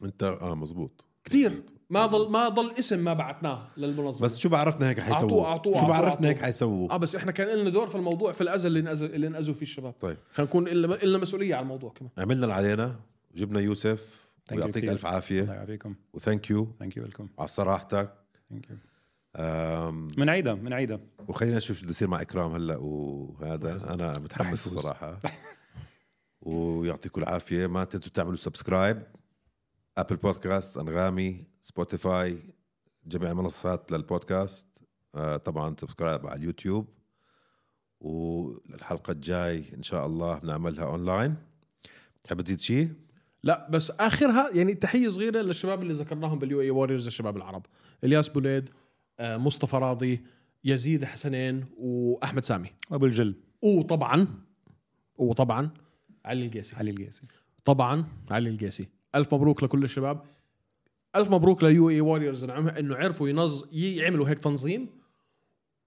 Speaker 1: انت اه مزبوط
Speaker 5: كثير ما ضل ما ضل اسم ما بعتناه للمنظمه
Speaker 1: بس شو بعرفنا هيك حيسووا
Speaker 5: أعطوه- أعطوه-
Speaker 1: شو
Speaker 5: أعطوه-
Speaker 1: بعرفنا هيك
Speaker 5: أعطوه.
Speaker 1: حيسووا
Speaker 5: اه بس احنا كان لنا دور في الموضوع في الازل اللي انأزل اللي انأزوا فيه الشباب
Speaker 1: طيب
Speaker 5: خلينا نكون إلنا, إلنا مسؤوليه على الموضوع كمان
Speaker 1: عملنا اللي علينا جبنا يوسف
Speaker 3: you
Speaker 1: ويعطيك
Speaker 3: كثير.
Speaker 1: الف عافيه
Speaker 3: الله يعافيكم
Speaker 1: وثانك يو
Speaker 3: ثانك يو لكم
Speaker 1: على صراحتك
Speaker 3: ثانك يو
Speaker 1: أم،
Speaker 3: بنعيدها بنعيدها
Speaker 1: وخلينا نشوف شو بده يصير مع اكرام هلا وهذا انا متحمس الصراحه ويعطيكم العافيه ما تنسوا تعملوا سبسكرايب ابل بودكاست انغامي سبوتيفاي جميع المنصات للبودكاست آه، طبعا سبسكرايب على اليوتيوب والحلقه الجاي ان شاء الله بنعملها اونلاين تحب تزيد شيء؟
Speaker 5: لا بس اخرها يعني تحيه صغيره للشباب اللي ذكرناهم باليو اي ووريرز الشباب العرب الياس بوليد آه، مصطفى راضي يزيد حسنين واحمد سامي
Speaker 3: ابو الجل
Speaker 5: وطبعا وطبعا علي القيسي
Speaker 3: علي القيسي
Speaker 5: طبعا علي القيسي الف مبروك لكل الشباب الف مبروك ليو اي واريورز انه نعم، عرفوا ينظ يعملوا هيك تنظيم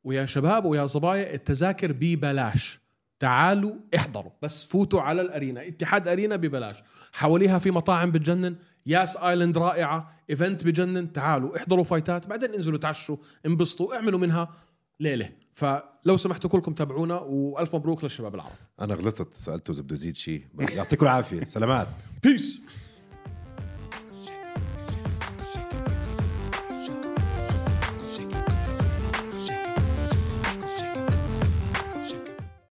Speaker 5: ويا شباب ويا صبايا التذاكر ببلاش تعالوا احضروا بس فوتوا على الارينا اتحاد ارينا ببلاش حواليها في مطاعم بتجنن ياس ايلاند رائعه ايفنت بجنن تعالوا احضروا فايتات بعدين انزلوا تعشوا انبسطوا اعملوا منها ليله فلو سمحتوا كلكم تابعونا والف مبروك للشباب العرب
Speaker 1: انا غلطت سالته اذا بده يزيد شيء يعطيكم العافيه سلامات
Speaker 5: بيس